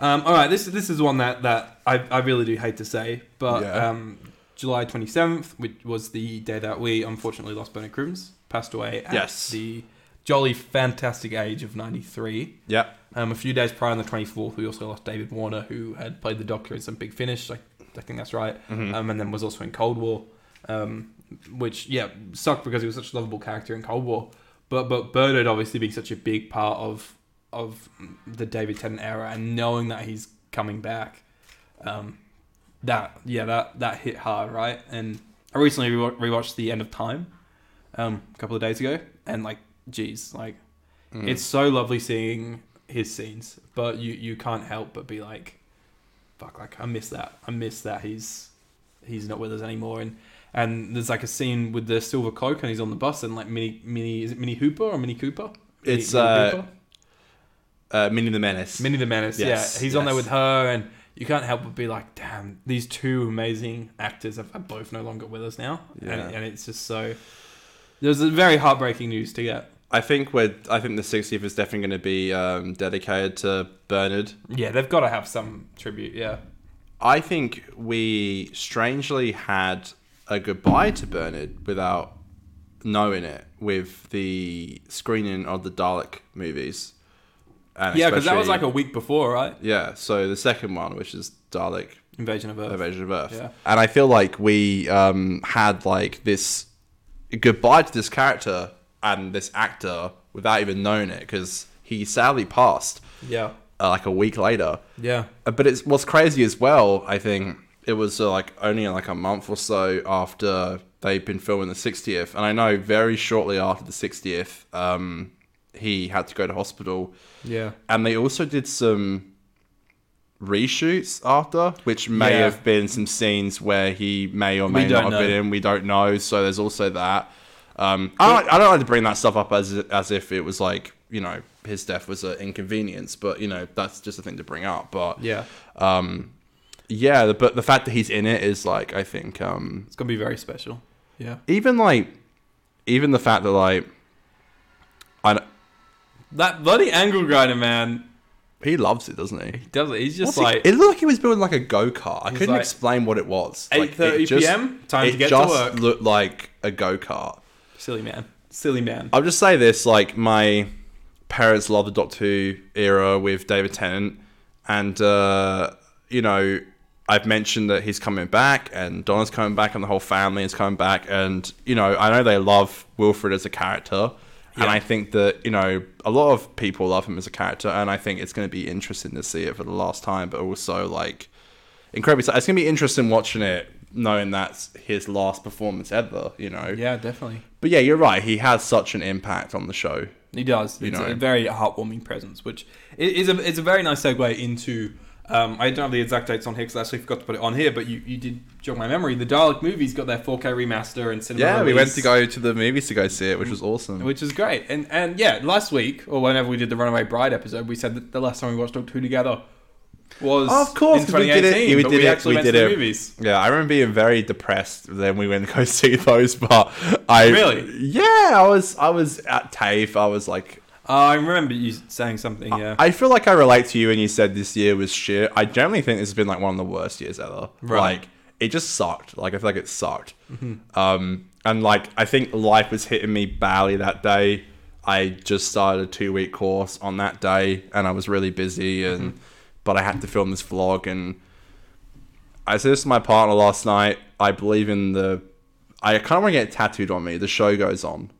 Speaker 2: Um, all right, this this is one that that I, I really do hate to say, but
Speaker 1: Yeah.
Speaker 2: um, July twenty seventh, which was the day that we unfortunately lost Bernard Cribbins, passed away at
Speaker 1: Yes.
Speaker 2: the jolly fantastic age of ninety three.
Speaker 1: Yeah,
Speaker 2: Um, a few days prior, on the 24th, we also lost David Warner, who had played the Doctor in some Big Finish. I, I think that's right. Um, and then was also in Cold War, um, which yeah sucked because he was such a lovable character in Cold War. But but Bernard obviously being such a big part of of the David Tennant era, and knowing that he's coming back, um, that yeah that that hit hard, right? And I recently rewa- rewatched The End of Time um, a couple of days ago, and like, geez, like,
Speaker 1: Mm.
Speaker 2: it's so lovely seeing his scenes, but you you can't help but be like, fuck, like I miss that. I miss that he's he's not with us anymore, and and there's like a scene with the silver cloak, and he's on the bus, and like mini mini is it Mini Hooper or Mini Cooper? Mini-
Speaker 1: It's,
Speaker 2: Mini
Speaker 1: uh,
Speaker 2: Cooper?
Speaker 1: Uh, Minnie the Menace.
Speaker 2: Minnie the Menace.
Speaker 1: Yes,
Speaker 2: yeah, he's on there
Speaker 1: yes.
Speaker 2: with her, and you can't help but be like, damn, these two amazing actors are, are both no longer with us now,
Speaker 1: Yeah.
Speaker 2: and, and it's just so. There's a very heartbreaking news to get.
Speaker 1: I think we're. I think the 60th is definitely going to be um, dedicated to Bernard.
Speaker 2: Yeah, they've got to have some tribute. Yeah,
Speaker 1: I think we strangely had a goodbye to Bernard without knowing it with the screening of the Dalek movies. And
Speaker 2: yeah, because that was
Speaker 1: especially-
Speaker 2: like a week before, right?
Speaker 1: yeah. So the second one, which is Dalek
Speaker 2: Invasion of Earth.
Speaker 1: Invasion of Earth.
Speaker 2: Yeah.
Speaker 1: And I feel like we um, had like this goodbye to this character and this actor without even knowing it because he sadly passed
Speaker 2: Yeah,
Speaker 1: uh, like a week later.
Speaker 2: yeah,
Speaker 1: Uh, But it's what's crazy as well. I think it was uh, like only like a month or so after they'd been filming the 60th, and I know very shortly after the 60th, um, he had to go to hospital,
Speaker 2: yeah.
Speaker 1: and they also did some reshoots after, which may
Speaker 2: Yeah.
Speaker 1: have been some scenes where he may or may
Speaker 2: don't
Speaker 1: not have been
Speaker 2: know.
Speaker 1: in. We don't know. So there's also that. Um, I don't. I don't like to bring that stuff up as as if it was like you know his death was an inconvenience, but you know that's just a thing to bring up. But
Speaker 2: Yeah,
Speaker 1: um yeah the, but the fact that he's in it is like i think um
Speaker 2: it's gonna be very special. Yeah,
Speaker 1: even like even the fact that like i don't-
Speaker 2: that bloody angle grinder man.
Speaker 1: he loves it doesn't he
Speaker 2: He does it. He's just
Speaker 1: What's he-
Speaker 2: like
Speaker 1: it looked like he was building like a go-kart i couldn't
Speaker 2: like,
Speaker 1: explain what it was Like,
Speaker 2: eight
Speaker 1: it
Speaker 2: thirty
Speaker 1: just-
Speaker 2: p.m. Time to
Speaker 1: it
Speaker 2: get to
Speaker 1: just
Speaker 2: work.
Speaker 1: looked like a go-kart
Speaker 2: Silly man. Silly man.
Speaker 1: I'll just say this: like my parents love the Doctor Who era with David Tennant, and uh, you know, I've mentioned that he's coming back, and Donna's coming back, and the whole family is coming back, and you know, I know they love Wilfred as a character. And I think that, you know, a lot of people love him as a character, and I think it's going to be interesting to see it for the last time, but also, like, incredibly. It's going to be interesting watching it, knowing that's his last performance ever, you know?
Speaker 2: Yeah, definitely.
Speaker 1: But yeah, you're right. He has such an impact on the show.
Speaker 2: He does. It's
Speaker 1: know.
Speaker 2: a very heartwarming presence, which i- is a it's a very nice segue into. Um, I don't have the exact dates on here because I actually forgot to put it on here, but you, you did jog my memory. The Dalek movies got their 4K remaster and cinema.
Speaker 1: Yeah, we went
Speaker 2: release,
Speaker 1: to go to the movies to go see it, which was awesome.
Speaker 2: which is great. And and yeah, last week or whenever we did the Runaway Bride episode, we said that the last time we watched Doctor Who together was
Speaker 1: Oh, of course,
Speaker 2: in
Speaker 1: 'cause we did it-
Speaker 2: 2018.
Speaker 1: yeah, we
Speaker 2: but
Speaker 1: did
Speaker 2: we
Speaker 1: it-
Speaker 2: actually
Speaker 1: we
Speaker 2: went
Speaker 1: did
Speaker 2: to the
Speaker 1: it.
Speaker 2: movies.
Speaker 1: yeah, I remember being very depressed then we went to go see those, but I
Speaker 2: Really?
Speaker 1: yeah, I was I was at TAFE. I was like,
Speaker 2: Uh, I remember you saying something. Yeah,
Speaker 1: Uh, I feel like I relate to you when you said this year was shit. I generally think this has been like one of the worst years ever.
Speaker 2: Right. Mm-hmm.
Speaker 1: Like it just sucked. Like I feel like it sucked. Um, and like I think life was hitting me badly that day. I just started a two week course on that day, and I was really busy.
Speaker 2: Mm-hmm.
Speaker 1: And but I had to film this vlog, and I said this to my partner last night. I believe in the. I kind of want to get it tattooed on me. The show goes on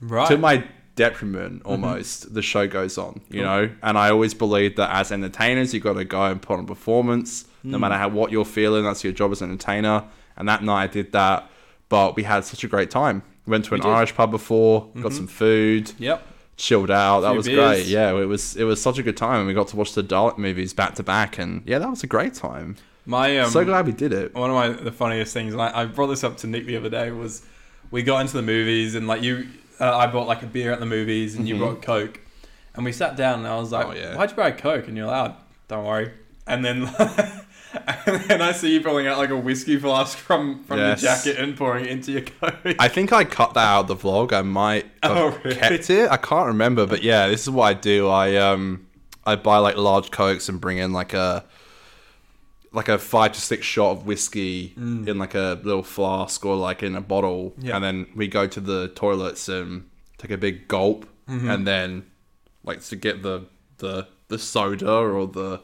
Speaker 2: right.
Speaker 1: to my
Speaker 2: Mm-hmm.
Speaker 1: detriment almost the show goes on you know and i always believe that as entertainers you've got to go and put on a performance
Speaker 2: Mm.
Speaker 1: no matter how what you're feeling that's your job as an entertainer and that night i did that but we had such a great time went to an
Speaker 2: did. Mm-hmm.
Speaker 1: irish pub before got some food
Speaker 2: yep.
Speaker 1: chilled out that
Speaker 2: Few
Speaker 1: was
Speaker 2: beers.
Speaker 1: great yeah it was it was such a good time and we got to watch the dalek movies back to back and yeah that was a great time
Speaker 2: My um,
Speaker 1: so glad we did it
Speaker 2: one of my the funniest things and I, I brought this up to nick the other day was we got into the movies and like you uh, i bought like a beer at the movies and you brought coke and we sat down and i was like
Speaker 1: Mm-hmm. Oh, yeah.
Speaker 2: why'd you buy coke and you're like "Oh, don't worry and then and then i see you pulling out like a whiskey flask from from
Speaker 1: Yes.
Speaker 2: your jacket and pouring it into your coke
Speaker 1: I think I cut that out of the vlog. I might have
Speaker 2: Oh, really?
Speaker 1: kept it. I can't remember, but yeah, this is what I do. I um I buy like large cokes and bring in like a like a five to six shot of whiskey in like a little flask or like in a bottle,
Speaker 2: Mm. Yeah.
Speaker 1: and then we go to the toilets and take a big gulp,
Speaker 2: Mm-hmm.
Speaker 1: and then like to get the the the soda or the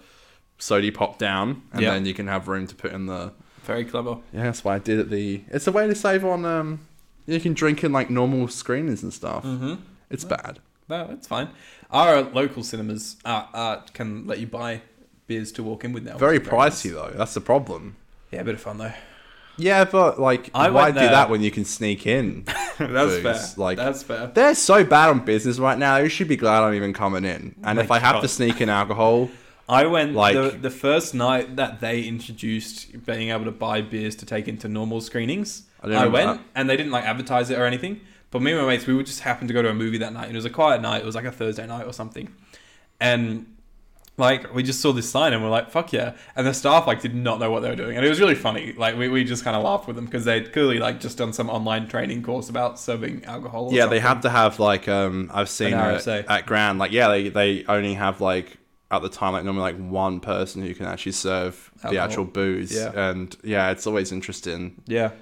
Speaker 1: sody pop down, and
Speaker 2: Yeah.
Speaker 1: then you can have room to put in the
Speaker 2: very clever
Speaker 1: yeah, that's why I did it. The it's a way to save on. Um, you can drink in like normal screenings and stuff. Mm-hmm. It's bad.
Speaker 2: no that's fine our local cinemas are, are, can let you buy beers to walk in with now
Speaker 1: Very
Speaker 2: which is nice.
Speaker 1: pricey though. That's the problem.
Speaker 2: yeah a bit of fun though
Speaker 1: Yeah, but like,
Speaker 6: I
Speaker 1: why
Speaker 6: went
Speaker 1: do
Speaker 6: there-
Speaker 1: that when you can sneak in?
Speaker 2: That's
Speaker 1: Booze,
Speaker 2: fair.
Speaker 1: like-
Speaker 2: That's fair.
Speaker 1: They're so bad on business right now. You should be glad I'm even coming in. And if I have to
Speaker 6: God.
Speaker 1: sneak in alcohol,
Speaker 2: I went
Speaker 1: Like-
Speaker 2: the, the first night that they introduced being able to buy beers to take into normal screenings. I,
Speaker 1: don't remember
Speaker 2: went
Speaker 1: that.
Speaker 2: and they didn't like advertise it or anything. But me and my mates, we would just happen to go to a movie that night. And it was a quiet night. It was like a Thursday night or something. And like we just saw this sign and we're like, "Fuck yeah!" And the staff like did not know what they were doing, and it was really funny. Like we, we just kind of laughed with them because they'd clearly like just done some online training course about serving alcohol. Or
Speaker 1: yeah, they
Speaker 2: something.
Speaker 1: have to have like um, I've seen
Speaker 2: An
Speaker 1: at,
Speaker 2: RSA.
Speaker 1: at Grand like yeah, they they only have like at the time like normally like one person who can actually serve the
Speaker 2: Alcohol.
Speaker 1: actual booze.
Speaker 2: Yeah.
Speaker 1: and yeah, it's always interesting.
Speaker 2: Yeah.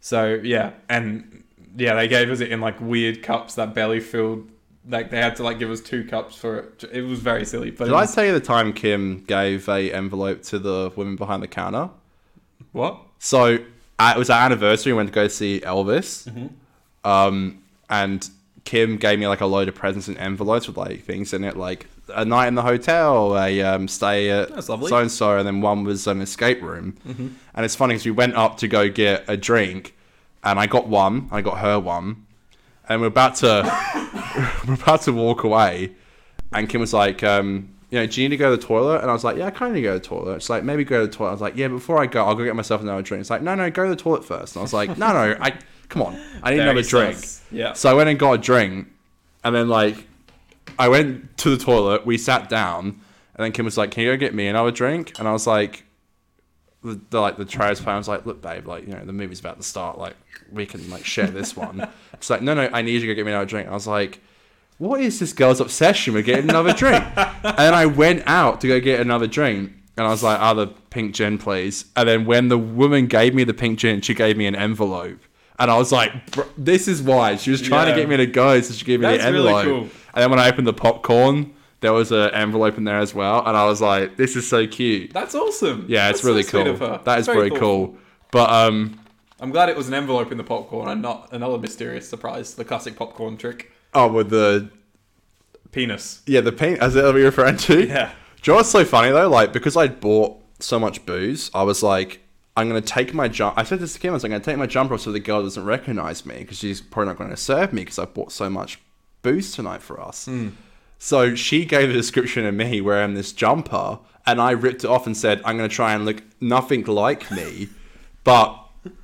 Speaker 2: So yeah, and yeah, they gave us it in like weird cups that barely filled. Like they had to like give us two cups for it. It was very silly, but
Speaker 1: Did
Speaker 2: it
Speaker 1: I
Speaker 2: was,
Speaker 1: tell you the time Kim gave a envelope to the woman behind the counter?
Speaker 2: what?
Speaker 1: So uh, it was our anniversary. We went to go see Elvis,
Speaker 2: Mm-hmm.
Speaker 1: um, and Kim gave me like a load of presents and envelopes with like things in it, like a night in the hotel, a um, stay at
Speaker 2: That's lovely. Mm-hmm.
Speaker 1: so and so, and then one was an escape room. And it's funny because we went up to go get a drink, and I got one, I got her one, and we're about to we're about to walk away, and Kim was like, um, you know, do you need to go to the toilet? And I was like, yeah, I kind of need to go to the toilet. She's like, maybe go to the toilet. I was like, yeah, before I go, I'll go get myself another drink. It's like, no, no, go to the toilet first. And I was like, no, no, I come on, I need
Speaker 2: Very
Speaker 1: another drink.
Speaker 2: sus. Yeah.
Speaker 1: So I went and got a drink, and then like, I went to the toilet. We sat down, and then Kim was like, can you go get me another drink? And I was like. The, the like the trailers playing, I was like, look, babe, like you know the movie's about to start, like we can like share this one. She's like, no, no, I need you to go get me another drink. I was like, what is this girl's obsession with getting another drink? and then I went out to go get another drink. And I was like, oh, the pink gin, please. And then when the woman gave me the pink gin, she gave me an envelope. And I was like, "Br- this is why. She was trying
Speaker 2: Yeah.
Speaker 1: to get me to go, so she gave me
Speaker 2: That's
Speaker 1: the
Speaker 2: really
Speaker 1: envelope.
Speaker 2: cool.
Speaker 1: And then when I opened the popcorn, there was an envelope in there as well. And I was like, this is so cute.
Speaker 2: That's awesome.
Speaker 1: Yeah, it's
Speaker 2: That's so
Speaker 1: really
Speaker 2: sweet
Speaker 1: cool.
Speaker 2: of her.
Speaker 1: That is
Speaker 2: Very
Speaker 1: pretty
Speaker 2: thoughtful.
Speaker 1: cool. But um,
Speaker 2: I'm glad it was an envelope in the popcorn and not another mysterious surprise. The classic popcorn trick.
Speaker 1: oh, with the
Speaker 2: Penis.
Speaker 1: Yeah, the paint. Is that what you're referring to?
Speaker 2: Yeah.
Speaker 1: Do you know what's so funny though? Like because I'd bought so much booze, I was like, I'm gonna take my jump. I said this to Kim. I was like, I'm gonna take my jumper off so the girl doesn't recognize me because she's probably not gonna serve me because I bought so much booze tonight for us.
Speaker 2: Hmm.
Speaker 1: So she gave a description of me wearing this jumper, and I ripped it off and said, I'm gonna try and look nothing like me, but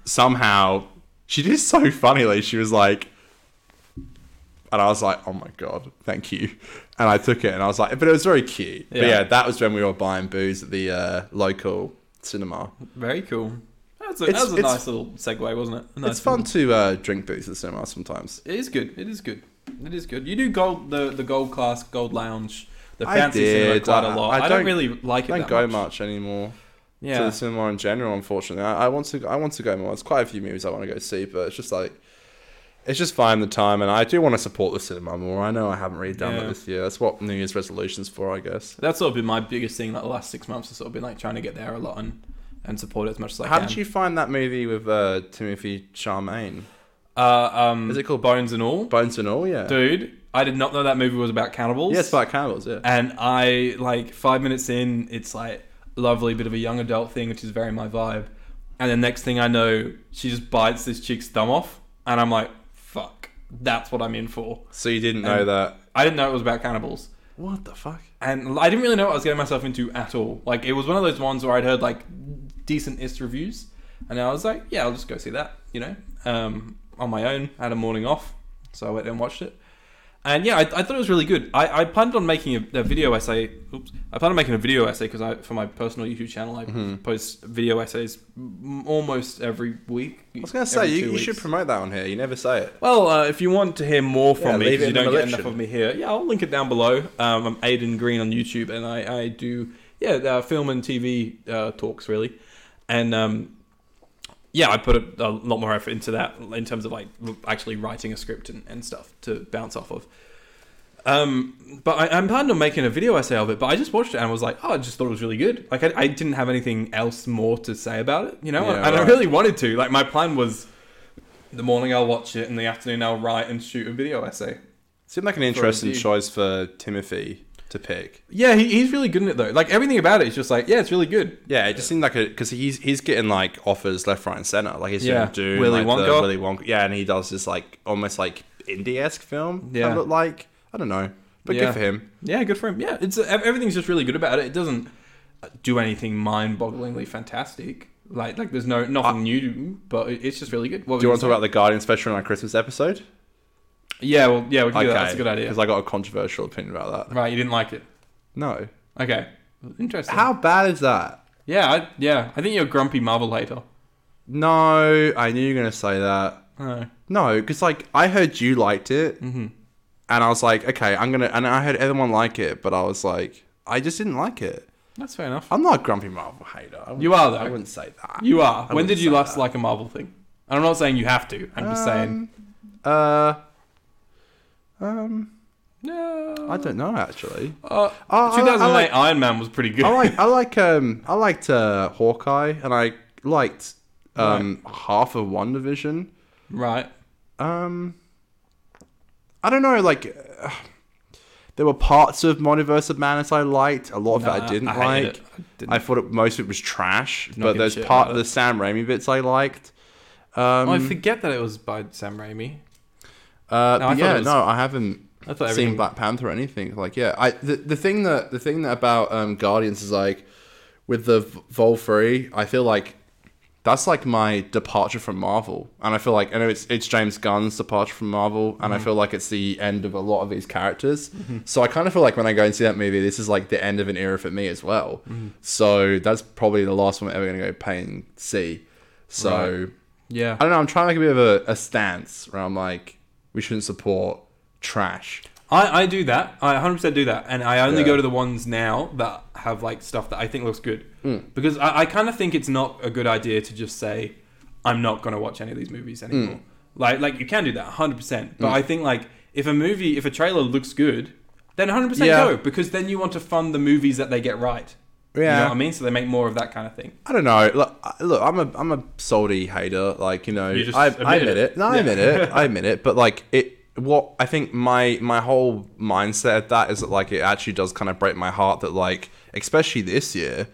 Speaker 1: somehow she did so funnily. She was like. And I was like, oh my God, thank you. And I took it and I was like, but it was very cute. Yeah. But
Speaker 2: Yeah.
Speaker 1: yeah, that was when we were buying booze at the uh, local cinema.
Speaker 2: Very cool. That's a,
Speaker 1: It's-
Speaker 2: that was a
Speaker 1: it's-
Speaker 2: nice little segue, wasn't it? A nice
Speaker 1: it's fun to uh, drink booze at the cinema sometimes.
Speaker 2: It is good. It is good. It is good. You do gold the the gold class, gold lounge, the
Speaker 1: I
Speaker 2: fancy cinema
Speaker 1: did.
Speaker 2: quite a
Speaker 1: I-
Speaker 2: lot. I,
Speaker 1: I
Speaker 2: don't,
Speaker 1: don't-
Speaker 2: really like it.
Speaker 1: I don't
Speaker 2: that
Speaker 1: go
Speaker 2: much.
Speaker 1: much anymore to
Speaker 2: Yeah.
Speaker 1: the cinema in general, unfortunately. I, I want to I want to go more. There's quite a few movies I want to go see, but it's just like, it's just finding the time. And I do want to support the cinema more. I know I haven't really done
Speaker 2: Yeah.
Speaker 1: that this year. That's what New Year's resolution's for, I guess.
Speaker 2: That's sort of been my biggest thing. Like the last six months, has sort of been like trying to get there a lot and and support it as much as I
Speaker 1: How
Speaker 2: can.
Speaker 1: did you find that movie with uh, Timothy Charmaine?
Speaker 2: Uh, um,
Speaker 1: Is it called
Speaker 2: Bones and All?
Speaker 1: Bones and all, yeah.
Speaker 2: Dude, I did not know that movie was about cannibals.
Speaker 1: Yeah, it's about cannibals, yeah.
Speaker 2: And I like five minutes in, it's like lovely bit of a young adult thing, which is very my vibe. And the next thing I know, she just bites this chick's thumb off, and I'm like, fuck, that's what I'm in for.
Speaker 1: So you didn't know
Speaker 2: And-
Speaker 1: that.
Speaker 2: I didn't know it was about cannibals.
Speaker 1: What the fuck?
Speaker 2: and I didn't really know what I was getting myself into at all. Like it was one of those ones where I'd heard like decent ist reviews, and I was like, yeah, I'll just go see that, you know, um, on my own. I had a morning off, so I went and watched it. And yeah, I, I thought it was really good. I, I planned on making a, a video essay. Oops, I planned on making a video essay because I for my personal YouTube channel I
Speaker 1: Mm-hmm.
Speaker 2: post video essays m- almost every week.
Speaker 1: I was gonna say you, you should promote that on here. You never say it.
Speaker 2: Well, uh, if you want to hear more from
Speaker 1: Yeah,
Speaker 2: me,
Speaker 1: leave it
Speaker 2: because you
Speaker 1: in the
Speaker 2: don't get
Speaker 1: description.
Speaker 2: enough of me here, yeah, I'll link it down below. Um, I'm Aiden Green on YouTube, and I, I do yeah uh, film and TV uh, talks really, and um, yeah, I put a, a lot more effort into that in terms of like actually writing a script and, and stuff to bounce off of. Um, but I, I'm planning on making a video essay of it. But I just watched it and was like, oh, I just thought it was really good. Like I, I didn't have anything else more to say about it, you know.
Speaker 1: Yeah,
Speaker 2: and I
Speaker 1: right.
Speaker 2: really wanted to. Like my plan was, the morning I'll watch it, and the afternoon I'll write and shoot a video essay.
Speaker 1: Seemed like an interesting
Speaker 2: review.
Speaker 1: choice for Timothy. to pick.
Speaker 2: Yeah, he, he's really good in it though. Like everything about it is just like, yeah, it's really good.
Speaker 1: Yeah, it just seemed like a because he's he's getting like offers left, right, and center. Like he's
Speaker 2: Yeah.
Speaker 1: doing Dune,
Speaker 2: Willy
Speaker 1: like the
Speaker 2: Wonka.
Speaker 1: Willy Wonka. Yeah, and he does this like almost like indie esque film.
Speaker 2: Yeah.
Speaker 1: Yeah, look like I don't know, but
Speaker 2: Yeah.
Speaker 1: good for him.
Speaker 2: Yeah, good for him. Yeah, it's ev- everything's just really good about it. It doesn't uh, do anything mind-bogglingly fantastic. Like like there's no nothing new, but it- it's just really good. What
Speaker 1: Do you want
Speaker 2: would
Speaker 1: to talk about the Guardian special in our Christmas episode?
Speaker 2: say? Yeah, well, yeah, we can do that. That's a good idea.
Speaker 1: Because I got a controversial opinion about that.
Speaker 2: Right, you didn't like it.
Speaker 1: No,
Speaker 2: Okay, interesting.
Speaker 1: how bad is that?
Speaker 2: Yeah, I, yeah. I think you're a grumpy Marvel hater.
Speaker 1: No, I knew you were gonna say that.
Speaker 2: Oh.
Speaker 1: No, because like I heard you liked it, and I was like, okay, I'm gonna. And I heard everyone like it, but I was like, I just didn't like it.
Speaker 2: That's fair enough.
Speaker 1: I'm not a grumpy Marvel hater. I wouldn't-
Speaker 2: You are, though.
Speaker 1: I wouldn't say that.
Speaker 2: You are.
Speaker 1: I
Speaker 2: when
Speaker 1: wouldn't
Speaker 2: did you
Speaker 1: say
Speaker 2: last
Speaker 1: that. Um,
Speaker 2: like a Marvel thing? And I'm not saying you have to. I'm just saying.
Speaker 1: Uh, um,
Speaker 2: No.
Speaker 1: I don't know actually.
Speaker 2: Uh,
Speaker 1: I- I
Speaker 2: 2008
Speaker 1: like-
Speaker 2: Iron Man was pretty good.
Speaker 1: I like I like um I liked uh, Hawkeye and I liked um half of One Division.
Speaker 2: right.
Speaker 1: Um, I don't know. Like, uh, there were parts of Multiverse of Madness I liked. A lot of it
Speaker 2: Nah,
Speaker 1: I didn't
Speaker 2: I hated
Speaker 1: like.
Speaker 2: it. I
Speaker 1: I,
Speaker 2: didn't-
Speaker 1: thought it, most of it was trash.
Speaker 2: not
Speaker 1: But
Speaker 2: give a
Speaker 1: there's
Speaker 2: shit
Speaker 1: part
Speaker 2: about
Speaker 1: of the Sam Raimi bits I liked. Um,
Speaker 2: Oh, I forget that it was by Sam Raimi.
Speaker 1: uh,
Speaker 2: No,
Speaker 1: but
Speaker 2: I thought
Speaker 1: yeah,
Speaker 2: it was-
Speaker 1: no, I haven't
Speaker 2: I thought everything-
Speaker 1: seen Black Panther or anything. Like, yeah, I the, the thing that the thing that about um, Guardians is like with the v- Vol Three, I feel like that's like my departure from Marvel, and I feel like I know it's it's James Gunn's departure from Marvel, and
Speaker 2: Mm-hmm.
Speaker 1: I feel like it's the end of a lot of these characters. So I kind of feel like when I go and see that movie, this is like the end of an era for me as well.
Speaker 2: Mm-hmm.
Speaker 1: So that's probably the last one I'm ever gonna go pay and see. So.
Speaker 2: Yeah.
Speaker 1: I don't know. I'm trying to make a bit of a, a stance where I'm like, we shouldn't support trash.
Speaker 2: I, I do that. I 100% do that. And I only
Speaker 1: Yeah.
Speaker 2: go to the ones now that have like stuff that I think looks good.
Speaker 1: Mm.
Speaker 2: Because I, I kind of think it's not a good idea to just say, I'm not going to watch any of these movies
Speaker 1: Mm.
Speaker 2: anymore. Like, like you can do that 100%. But I think like if a movie, if a trailer looks good, then 100%
Speaker 1: Yeah.
Speaker 2: go. Because then you want to fund the movies that they get right. You know
Speaker 1: Yeah.
Speaker 2: what I mean? So they make more of that kind of thing.
Speaker 1: I don't know. Look, I- look I'm a I'm a salty hater. Like you know,
Speaker 2: You just
Speaker 1: I, I
Speaker 2: admitted
Speaker 1: admit
Speaker 2: it.
Speaker 1: it. No, I
Speaker 2: Yeah.
Speaker 1: admit it. I admit it. But like it, what I think my my whole mindset of that is that like it actually does kind of break my heart that like especially this year,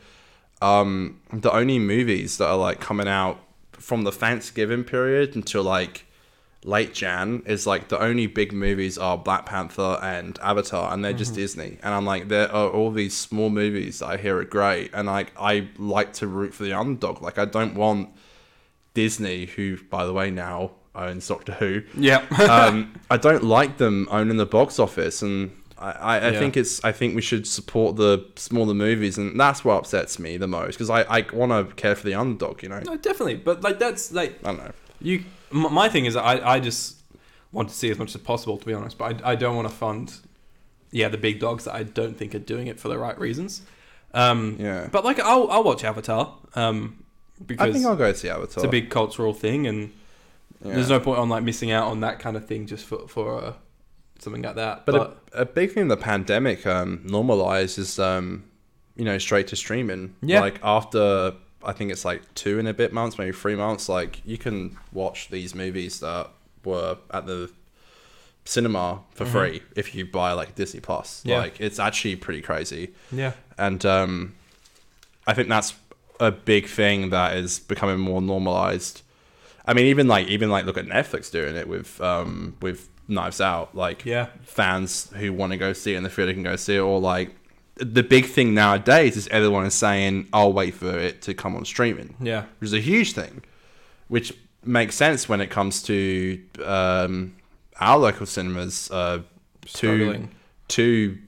Speaker 1: um, the only movies that are like coming out from the Thanksgiving period until like late Jan is like the only big movies are Black Panther and Avatar, and they're just Disney. And I'm like, there are all these small movies that I hear are great, and like I like to root for the underdog. Like I don't want Disney, who by the way now owns Doctor Who.
Speaker 2: Yeah.
Speaker 1: um, I don't like them owning the box office, and I, I, I
Speaker 2: Yeah.
Speaker 1: think it's I think we should support the smaller movies, and that's what upsets me the most because I, I want to care for the underdog, you know.
Speaker 2: no, definitely. But like that's like,
Speaker 1: I don't know.
Speaker 2: You, m- my thing is, I, I just want to see as much as possible, to be honest. But I, I don't want to fund, yeah, the big dogs that I don't think are doing it for the right reasons. Um,
Speaker 1: Yeah.
Speaker 2: But like, I'll, I'll watch Avatar um,
Speaker 1: I
Speaker 2: because
Speaker 1: think I'll go see Avatar.
Speaker 2: it's a big cultural thing, and there's no point on like missing out on that kind of thing just for for uh, something like that. But,
Speaker 1: But, a, a big thing the pandemic um, normalized is, um, you know, straight to streaming.
Speaker 2: Yeah.
Speaker 1: Like after, I think it's like two and a bit months, maybe three months, like you can watch these movies that were at the cinema for free if you buy like Disney Plus.
Speaker 2: Mm-hmm. Yeah.
Speaker 1: Like it's actually pretty crazy.
Speaker 2: yeah,
Speaker 1: And um, I think that's a big thing that is becoming more normalized. I mean, even like even like look at Netflix doing it with um, with Knives Out. Like
Speaker 2: Yeah.
Speaker 1: fans who want to go see it in the theater can go see it. Or like the big thing nowadays is everyone is saying, "I'll wait for it to come on streaming."
Speaker 2: yeah,
Speaker 1: which is a huge thing, which makes sense when it comes to um, our local cinemas. Uh, two,
Speaker 2: Struggling.
Speaker 1: two,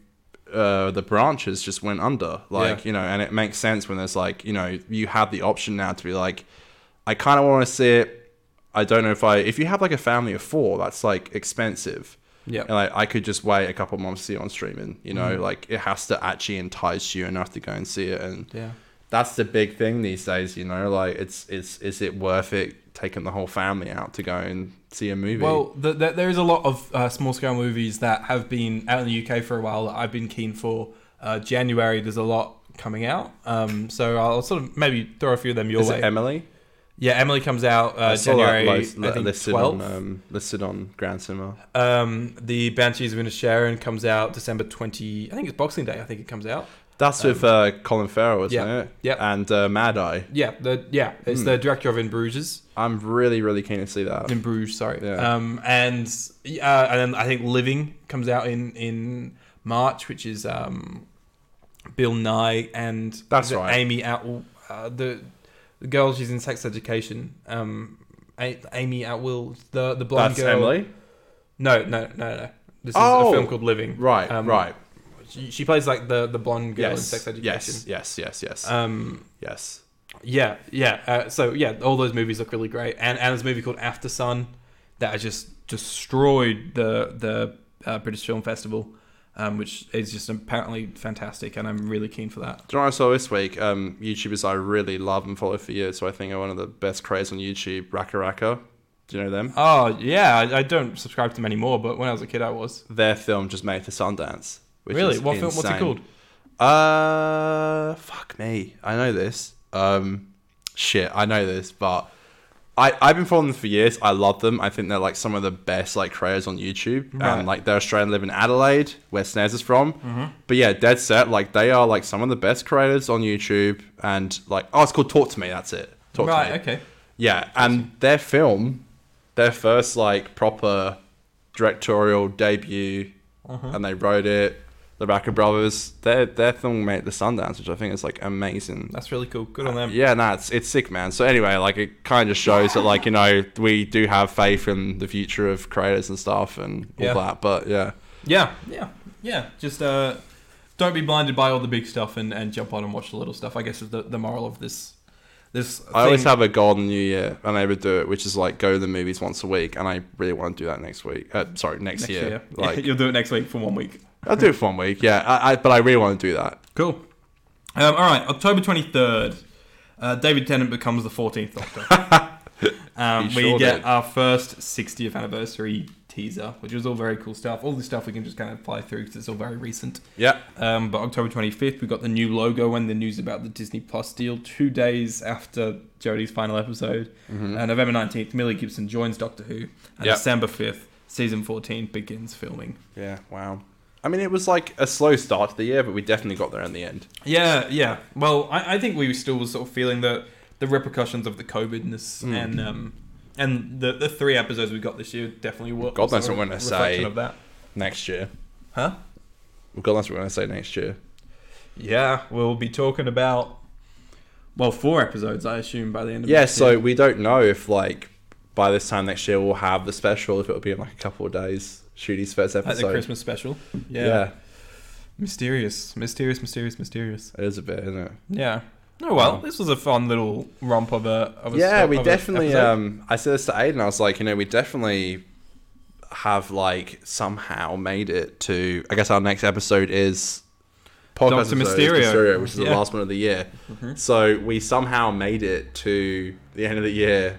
Speaker 1: uh, the branches just went under. Like
Speaker 2: Yeah.
Speaker 1: you know, and it makes sense when there's like you know you have the option now to be like, I kind of want to see it. I don't know if I if you have like a family of four, that's like expensive.
Speaker 2: Yeah. Mm-hmm.
Speaker 1: and like I could just wait a couple months to see it on streaming. You know, like it has to actually entice you enough to go and see it. And
Speaker 2: yeah.
Speaker 1: that's the big thing these days, you know. Like, it's it's is it worth it taking the whole family out to go and see a movie?
Speaker 2: Well, th th there is a lot of uh, small scale movies that have been out in the UK for a while that I've been keen for. Uh, January, there's a lot coming out. Um, so I'll sort of maybe throw a few of them your
Speaker 1: is
Speaker 2: way.
Speaker 1: it Emily?
Speaker 2: Yeah, Emily comes out uh,
Speaker 1: I saw that
Speaker 2: January
Speaker 1: li- li-
Speaker 2: I think
Speaker 1: listed
Speaker 2: 12th.
Speaker 1: on um, listed on Grand Cinema.
Speaker 2: Um, the Banshees of Inisherin comes out December 20. I think it's Boxing Day. I think it comes out.
Speaker 1: That's with uh, Colin Farrell, isn't
Speaker 2: Um, yeah,
Speaker 1: it?
Speaker 2: yeah.
Speaker 1: And uh, Mad Eye.
Speaker 2: Yeah, the yeah, it's
Speaker 1: Hmm.
Speaker 2: the director of In Bruges.
Speaker 1: I'm really, really keen to see that.
Speaker 2: In Bruges, sorry.
Speaker 1: Yeah.
Speaker 2: Um, and uh, and then I think Living comes out in in March, which is um, Bill Nye and
Speaker 1: That's
Speaker 2: is it
Speaker 1: right.
Speaker 2: Amy Atwell, uh, the the girl she's in Sex Education. Um, A- Amy Atwell, the the blonde
Speaker 1: That's
Speaker 2: girl.
Speaker 1: Emily.
Speaker 2: No, no, no, no. This is
Speaker 1: Oh!
Speaker 2: a film called Living.
Speaker 1: Right,
Speaker 2: Um,
Speaker 1: right.
Speaker 2: She, she plays like the the blonde girl in
Speaker 1: Yes,
Speaker 2: Sex Education.
Speaker 1: yes, yes, yes, yes,
Speaker 2: Um,
Speaker 1: yes.
Speaker 2: yeah, yeah. Uh, so yeah, all those movies look really great, and and this movie called After Sun that has just destroyed the the uh, British Film Festival, um, which is just apparently fantastic, and I'm really keen for that.
Speaker 1: Do you know what I saw this week? Um, YouTubers I really love and follow for years, so I think are one of the best craze on YouTube. Raka Raka. Do you know them?
Speaker 2: Oh yeah, I, I don't subscribe to them anymore, but when I was a kid, I was
Speaker 1: Their film just made to Sundance. Which
Speaker 2: really.
Speaker 1: is
Speaker 2: What film? What's it
Speaker 1: insane.
Speaker 2: called?
Speaker 1: Uh, fuck me. I know this. Um, shit, I know this, but I I've been following them for years. I love them. I think they're like some of the best like creators on YouTube.
Speaker 2: Right. Mm-hmm.
Speaker 1: And like they're Australian, live in Adelaide, where Snares is from. But yeah, dead set. Like they are like some of the best creators on YouTube. And like, oh, it's called Talk to Me. That's it. Talk to
Speaker 2: Right.
Speaker 1: Me.
Speaker 2: Okay.
Speaker 1: Yeah, and their film, their first like proper directorial debut,
Speaker 2: Uh-huh.
Speaker 1: and they wrote it. The Racker Brothers, their their film made the Sundance, which I think is like amazing.
Speaker 2: That's really cool. Good on them.
Speaker 1: Uh, Yeah, no, it's it's sick, man. So anyway, like it kind of shows that like you know we do have faith in the future of creators and stuff and all
Speaker 2: Yeah.
Speaker 1: that. But yeah,
Speaker 2: Yeah, yeah, yeah. Just uh, don't be blinded by all the big stuff and, and jump on and watch the little stuff. I guess is the, the moral of this. This
Speaker 1: I always
Speaker 2: thing.
Speaker 1: have a goal on New Year, and I would do it, which is like go to the movies once a week, and I really want to do that next week. Uh, sorry, next,
Speaker 2: next
Speaker 1: year.
Speaker 2: year.
Speaker 1: Like
Speaker 2: You'll do it next week for one week.
Speaker 1: I'll do it for one week. Yeah, I, I but I really want to do that.
Speaker 2: Cool. Um, all right, October twenty third. Uh, David Tennant becomes the fourteenth Doctor. um,
Speaker 1: He
Speaker 2: we
Speaker 1: sure
Speaker 2: get
Speaker 1: did.
Speaker 2: our first sixtieth anniversary teaser, which was all very cool stuff. All this stuff we can just kind of fly through because it's all very recent.
Speaker 1: Yeah.
Speaker 2: Um, but October 25th, we got the new logo and the news about the Disney Plus deal two days after Jodie's final episode.
Speaker 1: Mm-hmm.
Speaker 2: Uh, November 19th, Millie Gibson joins Doctor Who. And
Speaker 1: Yep.
Speaker 2: December 5th, season 14 begins filming.
Speaker 1: Yeah, wow. I mean, it was like a slow start to the year, but we definitely got there in the end.
Speaker 2: Yeah, yeah. Well, I, I think we still were sort of feeling the, the repercussions of the COVIDness
Speaker 1: Mm.
Speaker 2: and um, and the, the three episodes we got this year definitely were.
Speaker 1: God knows
Speaker 2: was a
Speaker 1: what I'm gonna
Speaker 2: reflection
Speaker 1: say.
Speaker 2: Of that.
Speaker 1: Next year.
Speaker 2: Huh?
Speaker 1: Well, God, that's what we're going to say next year.
Speaker 2: Yeah, we'll be talking about, well, four episodes, I assume, by the end of
Speaker 1: Yeah,
Speaker 2: this year.
Speaker 1: so we don't know if, like, by this time next year we'll have the special, if it'll be in, like, a couple of days. Shooty's first
Speaker 2: Like
Speaker 1: episode.
Speaker 2: the Christmas special.
Speaker 1: yeah.
Speaker 2: Mysterious. Mysterious, mysterious, mysterious.
Speaker 1: it is a bit, isn't it?
Speaker 2: Yeah. Oh well, this was a fun little romp of a of a
Speaker 1: yeah,
Speaker 2: sto-
Speaker 1: we
Speaker 2: of a
Speaker 1: definitely.
Speaker 2: episode.
Speaker 1: Um, I said this to Aiden. I was like, you know, we definitely have like somehow made it to. I guess our next episode is podcast
Speaker 2: Doctor
Speaker 1: episode,
Speaker 2: Mysterio.
Speaker 1: which is
Speaker 2: Yeah. Mm-hmm.
Speaker 1: the last one of the year. So we somehow made it to the end of the year,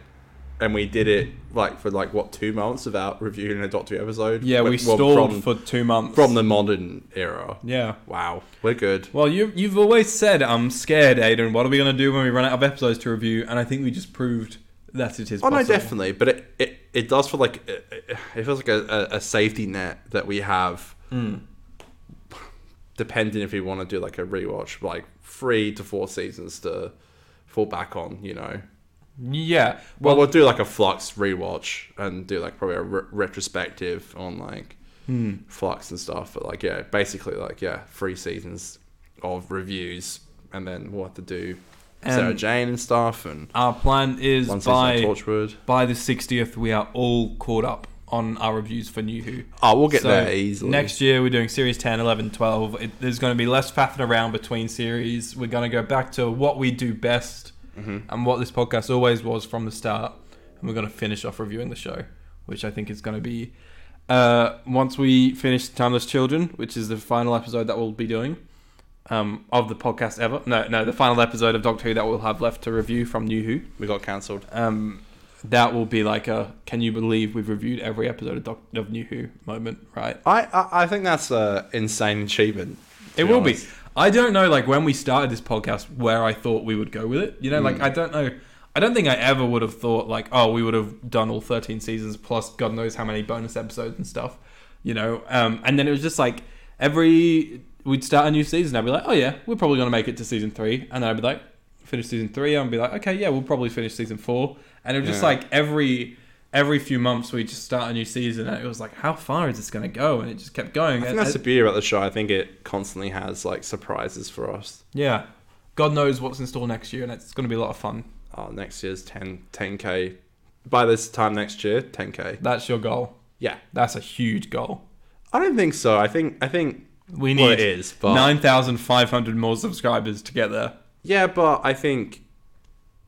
Speaker 1: and we did it like for like what two months without reviewing a Doctor Who episode.
Speaker 2: Yeah, we
Speaker 1: Well,
Speaker 2: stalled
Speaker 1: from,
Speaker 2: for two months.
Speaker 1: from the modern era.
Speaker 2: Yeah.
Speaker 1: Wow, we're good.
Speaker 2: Well, you you've always said I'm scared, Aiden. What are we gonna do when we run out of episodes to review? And I think we just proved that it is.
Speaker 1: Oh no,
Speaker 2: possible.
Speaker 1: definitely, but it, it, it does feel like it, it feels like a, a, a safety net that we have, depending if we want to do like a rewatch, like three to four seasons to fall back on, you know.
Speaker 2: Yeah.
Speaker 1: Well,
Speaker 2: Well,
Speaker 1: we'll do like a Flux rewatch and do like probably a re- retrospective on like Flux and stuff, but like yeah, basically like yeah, three seasons of reviews, and then we'll have to do Sarah
Speaker 2: And-
Speaker 1: Jane and stuff, and
Speaker 2: our plan is
Speaker 1: one season of
Speaker 2: by
Speaker 1: Torchwood.
Speaker 2: by the 60th, we are all caught up on our reviews for New Who.
Speaker 1: Oh, we'll get
Speaker 2: So,
Speaker 1: there easily.
Speaker 2: Next year, we're doing series 10, 11, 12. It, there's going to be less faffing around between series. We're going to go back to what we do best
Speaker 1: Mm-hmm.
Speaker 2: and what this podcast always was from the start. And we're going to finish off reviewing the show, which I think is going to be uh, once we finish Timeless Children, which is the final episode that we'll be doing. Um, of the podcast ever? No, no, the final episode of Doctor Who that we'll have left to review from New Who
Speaker 1: we got cancelled.
Speaker 2: um, that will be like a can you believe we've reviewed every episode of, Doc- of New Who moment, right?
Speaker 1: I, I, I think that's an insane achievement. to
Speaker 2: It will
Speaker 1: honest. Mm.
Speaker 2: be. I don't know, like when we started this podcast, where I thought we would go with it. You know, like I don't know. I don't think I ever would have thought like, oh, we would have done all 13 seasons plus God knows how many bonus episodes and stuff, you know. Um, and then it was just like every we'd start a new season, I'd be like, oh yeah, we're probably gonna make it to season three, and then I'd be like, finish season three, and be like, okay, yeah, we'll probably finish season four, and it was just
Speaker 1: Yeah.
Speaker 2: like every. Every few months, we just start a new season, and it was like, how far is this going to go? And it just kept going.
Speaker 1: I
Speaker 2: And-
Speaker 1: think that's
Speaker 2: and-
Speaker 1: the beauty about the show. I think it constantly has like surprises for us.
Speaker 2: Yeah. God knows what's in store next year, and it's going to be a lot of fun.
Speaker 1: Oh, next year's 10 10k. By this time next year, 10k.
Speaker 2: That's your goal.
Speaker 1: Yeah,
Speaker 2: That's a huge goal.
Speaker 1: I don't think so. I think I think
Speaker 2: We
Speaker 1: Well, it
Speaker 2: need
Speaker 1: is, but-
Speaker 2: 9,500 more subscribers to get there.
Speaker 1: yeah, but I think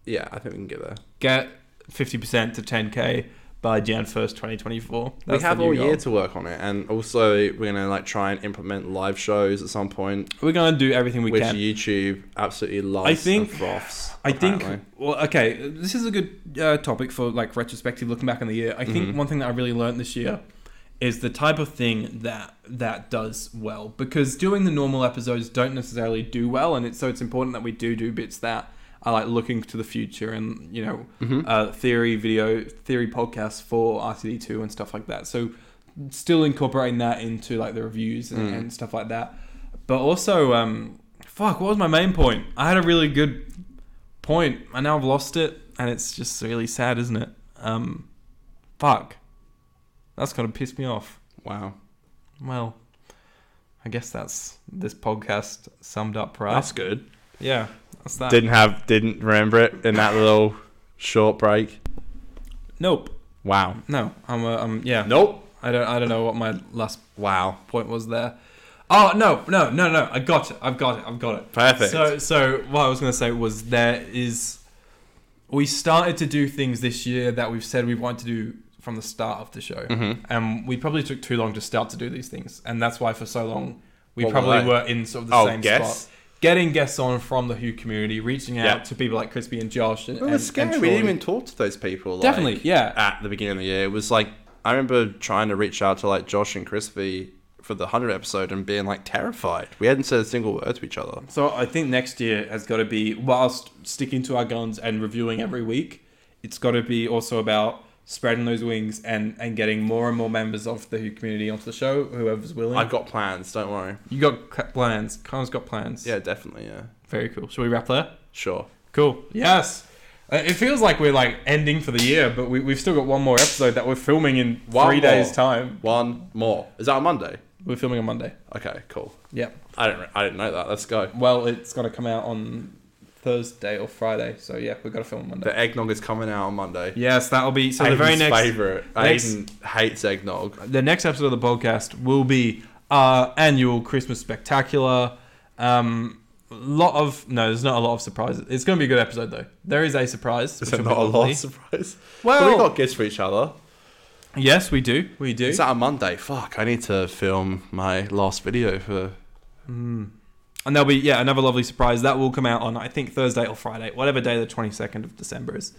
Speaker 1: yeah, I think we can get there.
Speaker 2: Get 50% to 10K by Jan 1st, 2024. That's
Speaker 1: we have
Speaker 2: the new
Speaker 1: all year
Speaker 2: goal.
Speaker 1: to work on it, and also we're gonna like try and implement live shows at some point,
Speaker 2: We're going to do everything we
Speaker 1: which
Speaker 2: can.
Speaker 1: YouTube absolutely loves.
Speaker 2: I think-
Speaker 1: and froths.
Speaker 2: I think.
Speaker 1: apparently.
Speaker 2: Well, okay, this is a good uh, topic for like retrospective, looking back on the year. I think one thing that I really learned this year is the type of thing that that does well because doing the normal episodes don't necessarily do well, and it's so it's important that we do do bits that are like looking to the future and you know uh, theory video theory podcasts for RTD two and stuff like that. So still incorporating that into like the reviews and, and stuff like that, but also. Um, Fuck, what was my main point? I had a really good point. I now I've lost it, and it's just really sad, isn't it? Um, fuck. That's gonna piss me off.
Speaker 1: Wow,
Speaker 2: Well, I guess that's this podcast summed up, right?
Speaker 1: that's good.
Speaker 2: yeah, that's that.
Speaker 7: Didn't have, didn't remember it in that little short break.
Speaker 2: nope.
Speaker 7: Wow.
Speaker 2: No, I'm. Uh, I'm. Yeah.
Speaker 1: Nope.
Speaker 2: I don't. I don't know what my last
Speaker 1: Wow.
Speaker 2: point was there. Oh no, no, no, no! I got it. I've got it. I've got it.
Speaker 1: Perfect.
Speaker 2: So, so what I was going to say was there is, we started to do things this year that we've said we wanted to do from the start of the show,
Speaker 1: Mm-hmm.
Speaker 2: and we probably took too long to start to do these things, and that's why for so long we
Speaker 1: What were
Speaker 2: probably
Speaker 1: they?
Speaker 2: were in sort of the
Speaker 1: Oh,
Speaker 2: same
Speaker 1: guests?
Speaker 2: spot. Getting guests on from the Who community, reaching out
Speaker 1: Yeah.
Speaker 2: to people like Crispy and Josh, and,
Speaker 1: It
Speaker 2: and-
Speaker 1: was scary.
Speaker 2: and
Speaker 1: we didn't
Speaker 2: Troy.
Speaker 1: even talk to those people. Like,
Speaker 2: Definitely, yeah.
Speaker 1: At the beginning of the year, it was like I remember trying to reach out to like Josh and Crispy for the hundred episode and being like terrified. We hadn't said a single word to each other.
Speaker 2: So I think next year has got to be whilst sticking to our guns and reviewing every week, it's got to be also about spreading those wings and and getting more and more members of the Who community onto the show, whoever's willing.
Speaker 1: I've got plans. Don't worry.
Speaker 2: you got c- plans. Con's got plans.
Speaker 1: Yeah, definitely. Yeah,
Speaker 2: very cool. Shall we wrap there?
Speaker 1: sure.
Speaker 2: Cool. Yes. Uh, It feels like we're like ending for the year, but we, we've still got one more episode that we're filming in
Speaker 1: One
Speaker 2: three
Speaker 1: more.
Speaker 2: days' time.
Speaker 1: One more. Is that on Monday?
Speaker 2: We're filming on Monday.
Speaker 1: Okay, cool.
Speaker 2: Yep.
Speaker 1: I don't. I didn't know that. Let's go.
Speaker 2: Well, it's going to come out on Thursday or Friday. So, yeah, we've got to film on Monday.
Speaker 1: The eggnog is coming out on Monday.
Speaker 2: Yes, that'll be. So,
Speaker 1: Aiden's
Speaker 2: the very next.
Speaker 1: favorite.
Speaker 2: next-
Speaker 1: Aiden hates eggnog.
Speaker 2: the next episode of the podcast will be our annual Christmas spectacular. Um, lot of no, there's not a lot of surprises. It's going to be a good episode though. There is a surprise.
Speaker 1: Is
Speaker 2: which
Speaker 1: it
Speaker 2: will
Speaker 1: not a
Speaker 2: be
Speaker 1: lot
Speaker 2: lovely.
Speaker 1: of surprise?
Speaker 2: Well-
Speaker 1: But we got gifts for each other.
Speaker 2: Yes, we do. We do.
Speaker 1: It's out on Monday. Fuck. I need to film my last video for.
Speaker 2: and there'll be yeah another lovely surprise that will come out on I think Thursday or Friday, whatever day the 22nd of December is.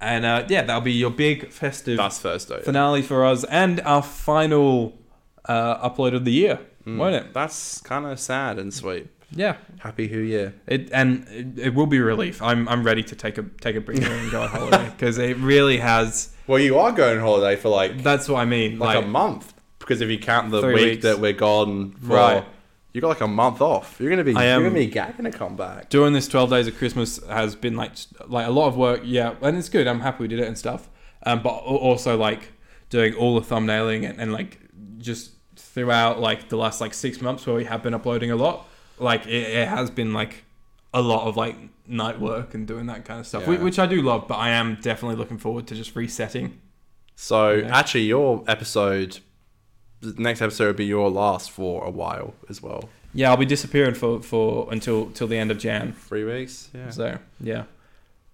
Speaker 2: And uh, yeah, that'll be your big festive
Speaker 1: That's Thursday.
Speaker 2: finale for us and our final uh, upload of the year,
Speaker 1: Mm.
Speaker 2: won't it?
Speaker 1: That's kind of sad and sweet.
Speaker 2: Yeah.
Speaker 1: Happy Who Year.
Speaker 2: It and it, it will be relief. I'm I'm ready to take a take a breather and go on holiday because it really has.
Speaker 1: Well, you are going on holiday for like
Speaker 2: That's what I mean.
Speaker 1: like,
Speaker 2: Like,
Speaker 1: a month because if you count the
Speaker 2: Three
Speaker 1: week
Speaker 2: weeks.
Speaker 1: that we're gone, for,
Speaker 2: Right.
Speaker 1: You got like a month off. You're gonna be.
Speaker 2: I am-
Speaker 1: You're gonna be gagging to come back.
Speaker 2: doing this twelve days of Christmas has been like like a lot of work. Yeah, and it's good. I'm happy we did it and stuff. Um, but al- also like doing all the thumbnailing and, and like just throughout like the last like six months where we have been uploading a lot. Like it, it has been like a lot of like night work and doing that kind of stuff, whi-
Speaker 1: Yeah.
Speaker 2: which I do love. But I am definitely looking forward to just resetting.
Speaker 1: So actually, your episode, the next episode will be your last for a while as well.
Speaker 2: Yeah, I'll be disappearing for, for until till the end of Jan.
Speaker 1: Three weeks. Yeah.
Speaker 2: So yeah,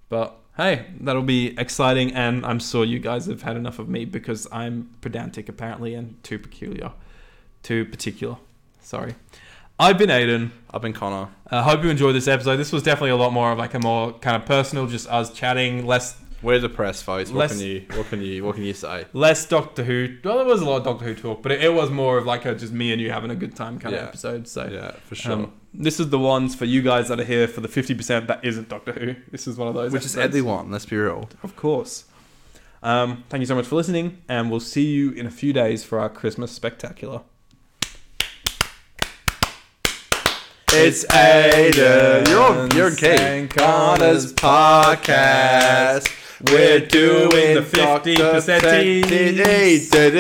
Speaker 2: but hey, that'll be exciting, and I'm sure you guys have had enough of me because I'm pedantic apparently and too peculiar, too particular. Sorry, I've been Aiden.
Speaker 1: I've been Connor.
Speaker 2: I hope you enjoyed this episode. This was definitely a lot more of like a more kind of personal, just us chatting, less
Speaker 1: We're depressed, folks. What
Speaker 2: Less-
Speaker 1: can you? What can you? What can you say?
Speaker 2: Less Doctor Who. Well, there was a lot of Doctor Who talk, but it, it was more of like a just me and you having a good time kind
Speaker 1: Yeah.
Speaker 2: of episode. So
Speaker 1: Yeah, for sure.
Speaker 2: Um, this is the ones for you guys that are here for the 50% that isn't Doctor Who. This is one of those.
Speaker 1: Which is
Speaker 2: episodes.
Speaker 1: everyone. Let's be real.
Speaker 2: Of course. Um, thank you so much for listening, and we'll see you in a few days for our Christmas spectacular.
Speaker 1: It's Ada. You're on. You're on key.
Speaker 2: And Connor's podcast. We're doing the 50% tease. Doing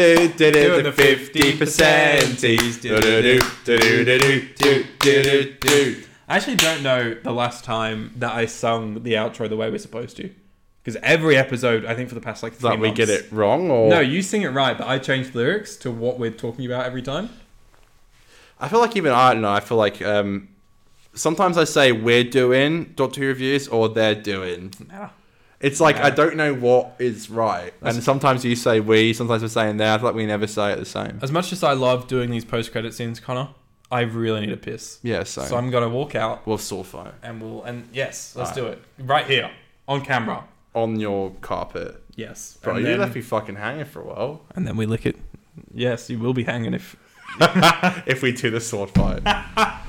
Speaker 2: the 50% tease. Do-do-do, I actually don't know the last time that I sung the outro the way we're supposed to, because every episode, I think for the past like three
Speaker 1: That we
Speaker 2: months-
Speaker 1: get it wrong, or
Speaker 2: No, you sing it right, but I change the lyrics to what we're talking about every time.
Speaker 1: I feel like even I don't know. I feel like um, sometimes I say we're doing Doctor Who reviews or they're doing. It's like I don't know what is right, and sometimes you say we, sometimes we're saying they. I feel like we never say it the same.
Speaker 2: As much as I love doing these post-credit scenes, Connor, I really need a piss.
Speaker 1: Yeah, so,
Speaker 2: So I'm gonna walk out,
Speaker 1: we'll sulfite
Speaker 2: and we'll and yes, let's do it right here on camera.
Speaker 1: on your carpet.
Speaker 2: Yes,
Speaker 1: Bro,
Speaker 2: and,
Speaker 1: you
Speaker 2: then,
Speaker 1: left me fucking hanging for a while.
Speaker 2: and then we lick it. Yes, you will be hanging if
Speaker 1: if we do the sword fight.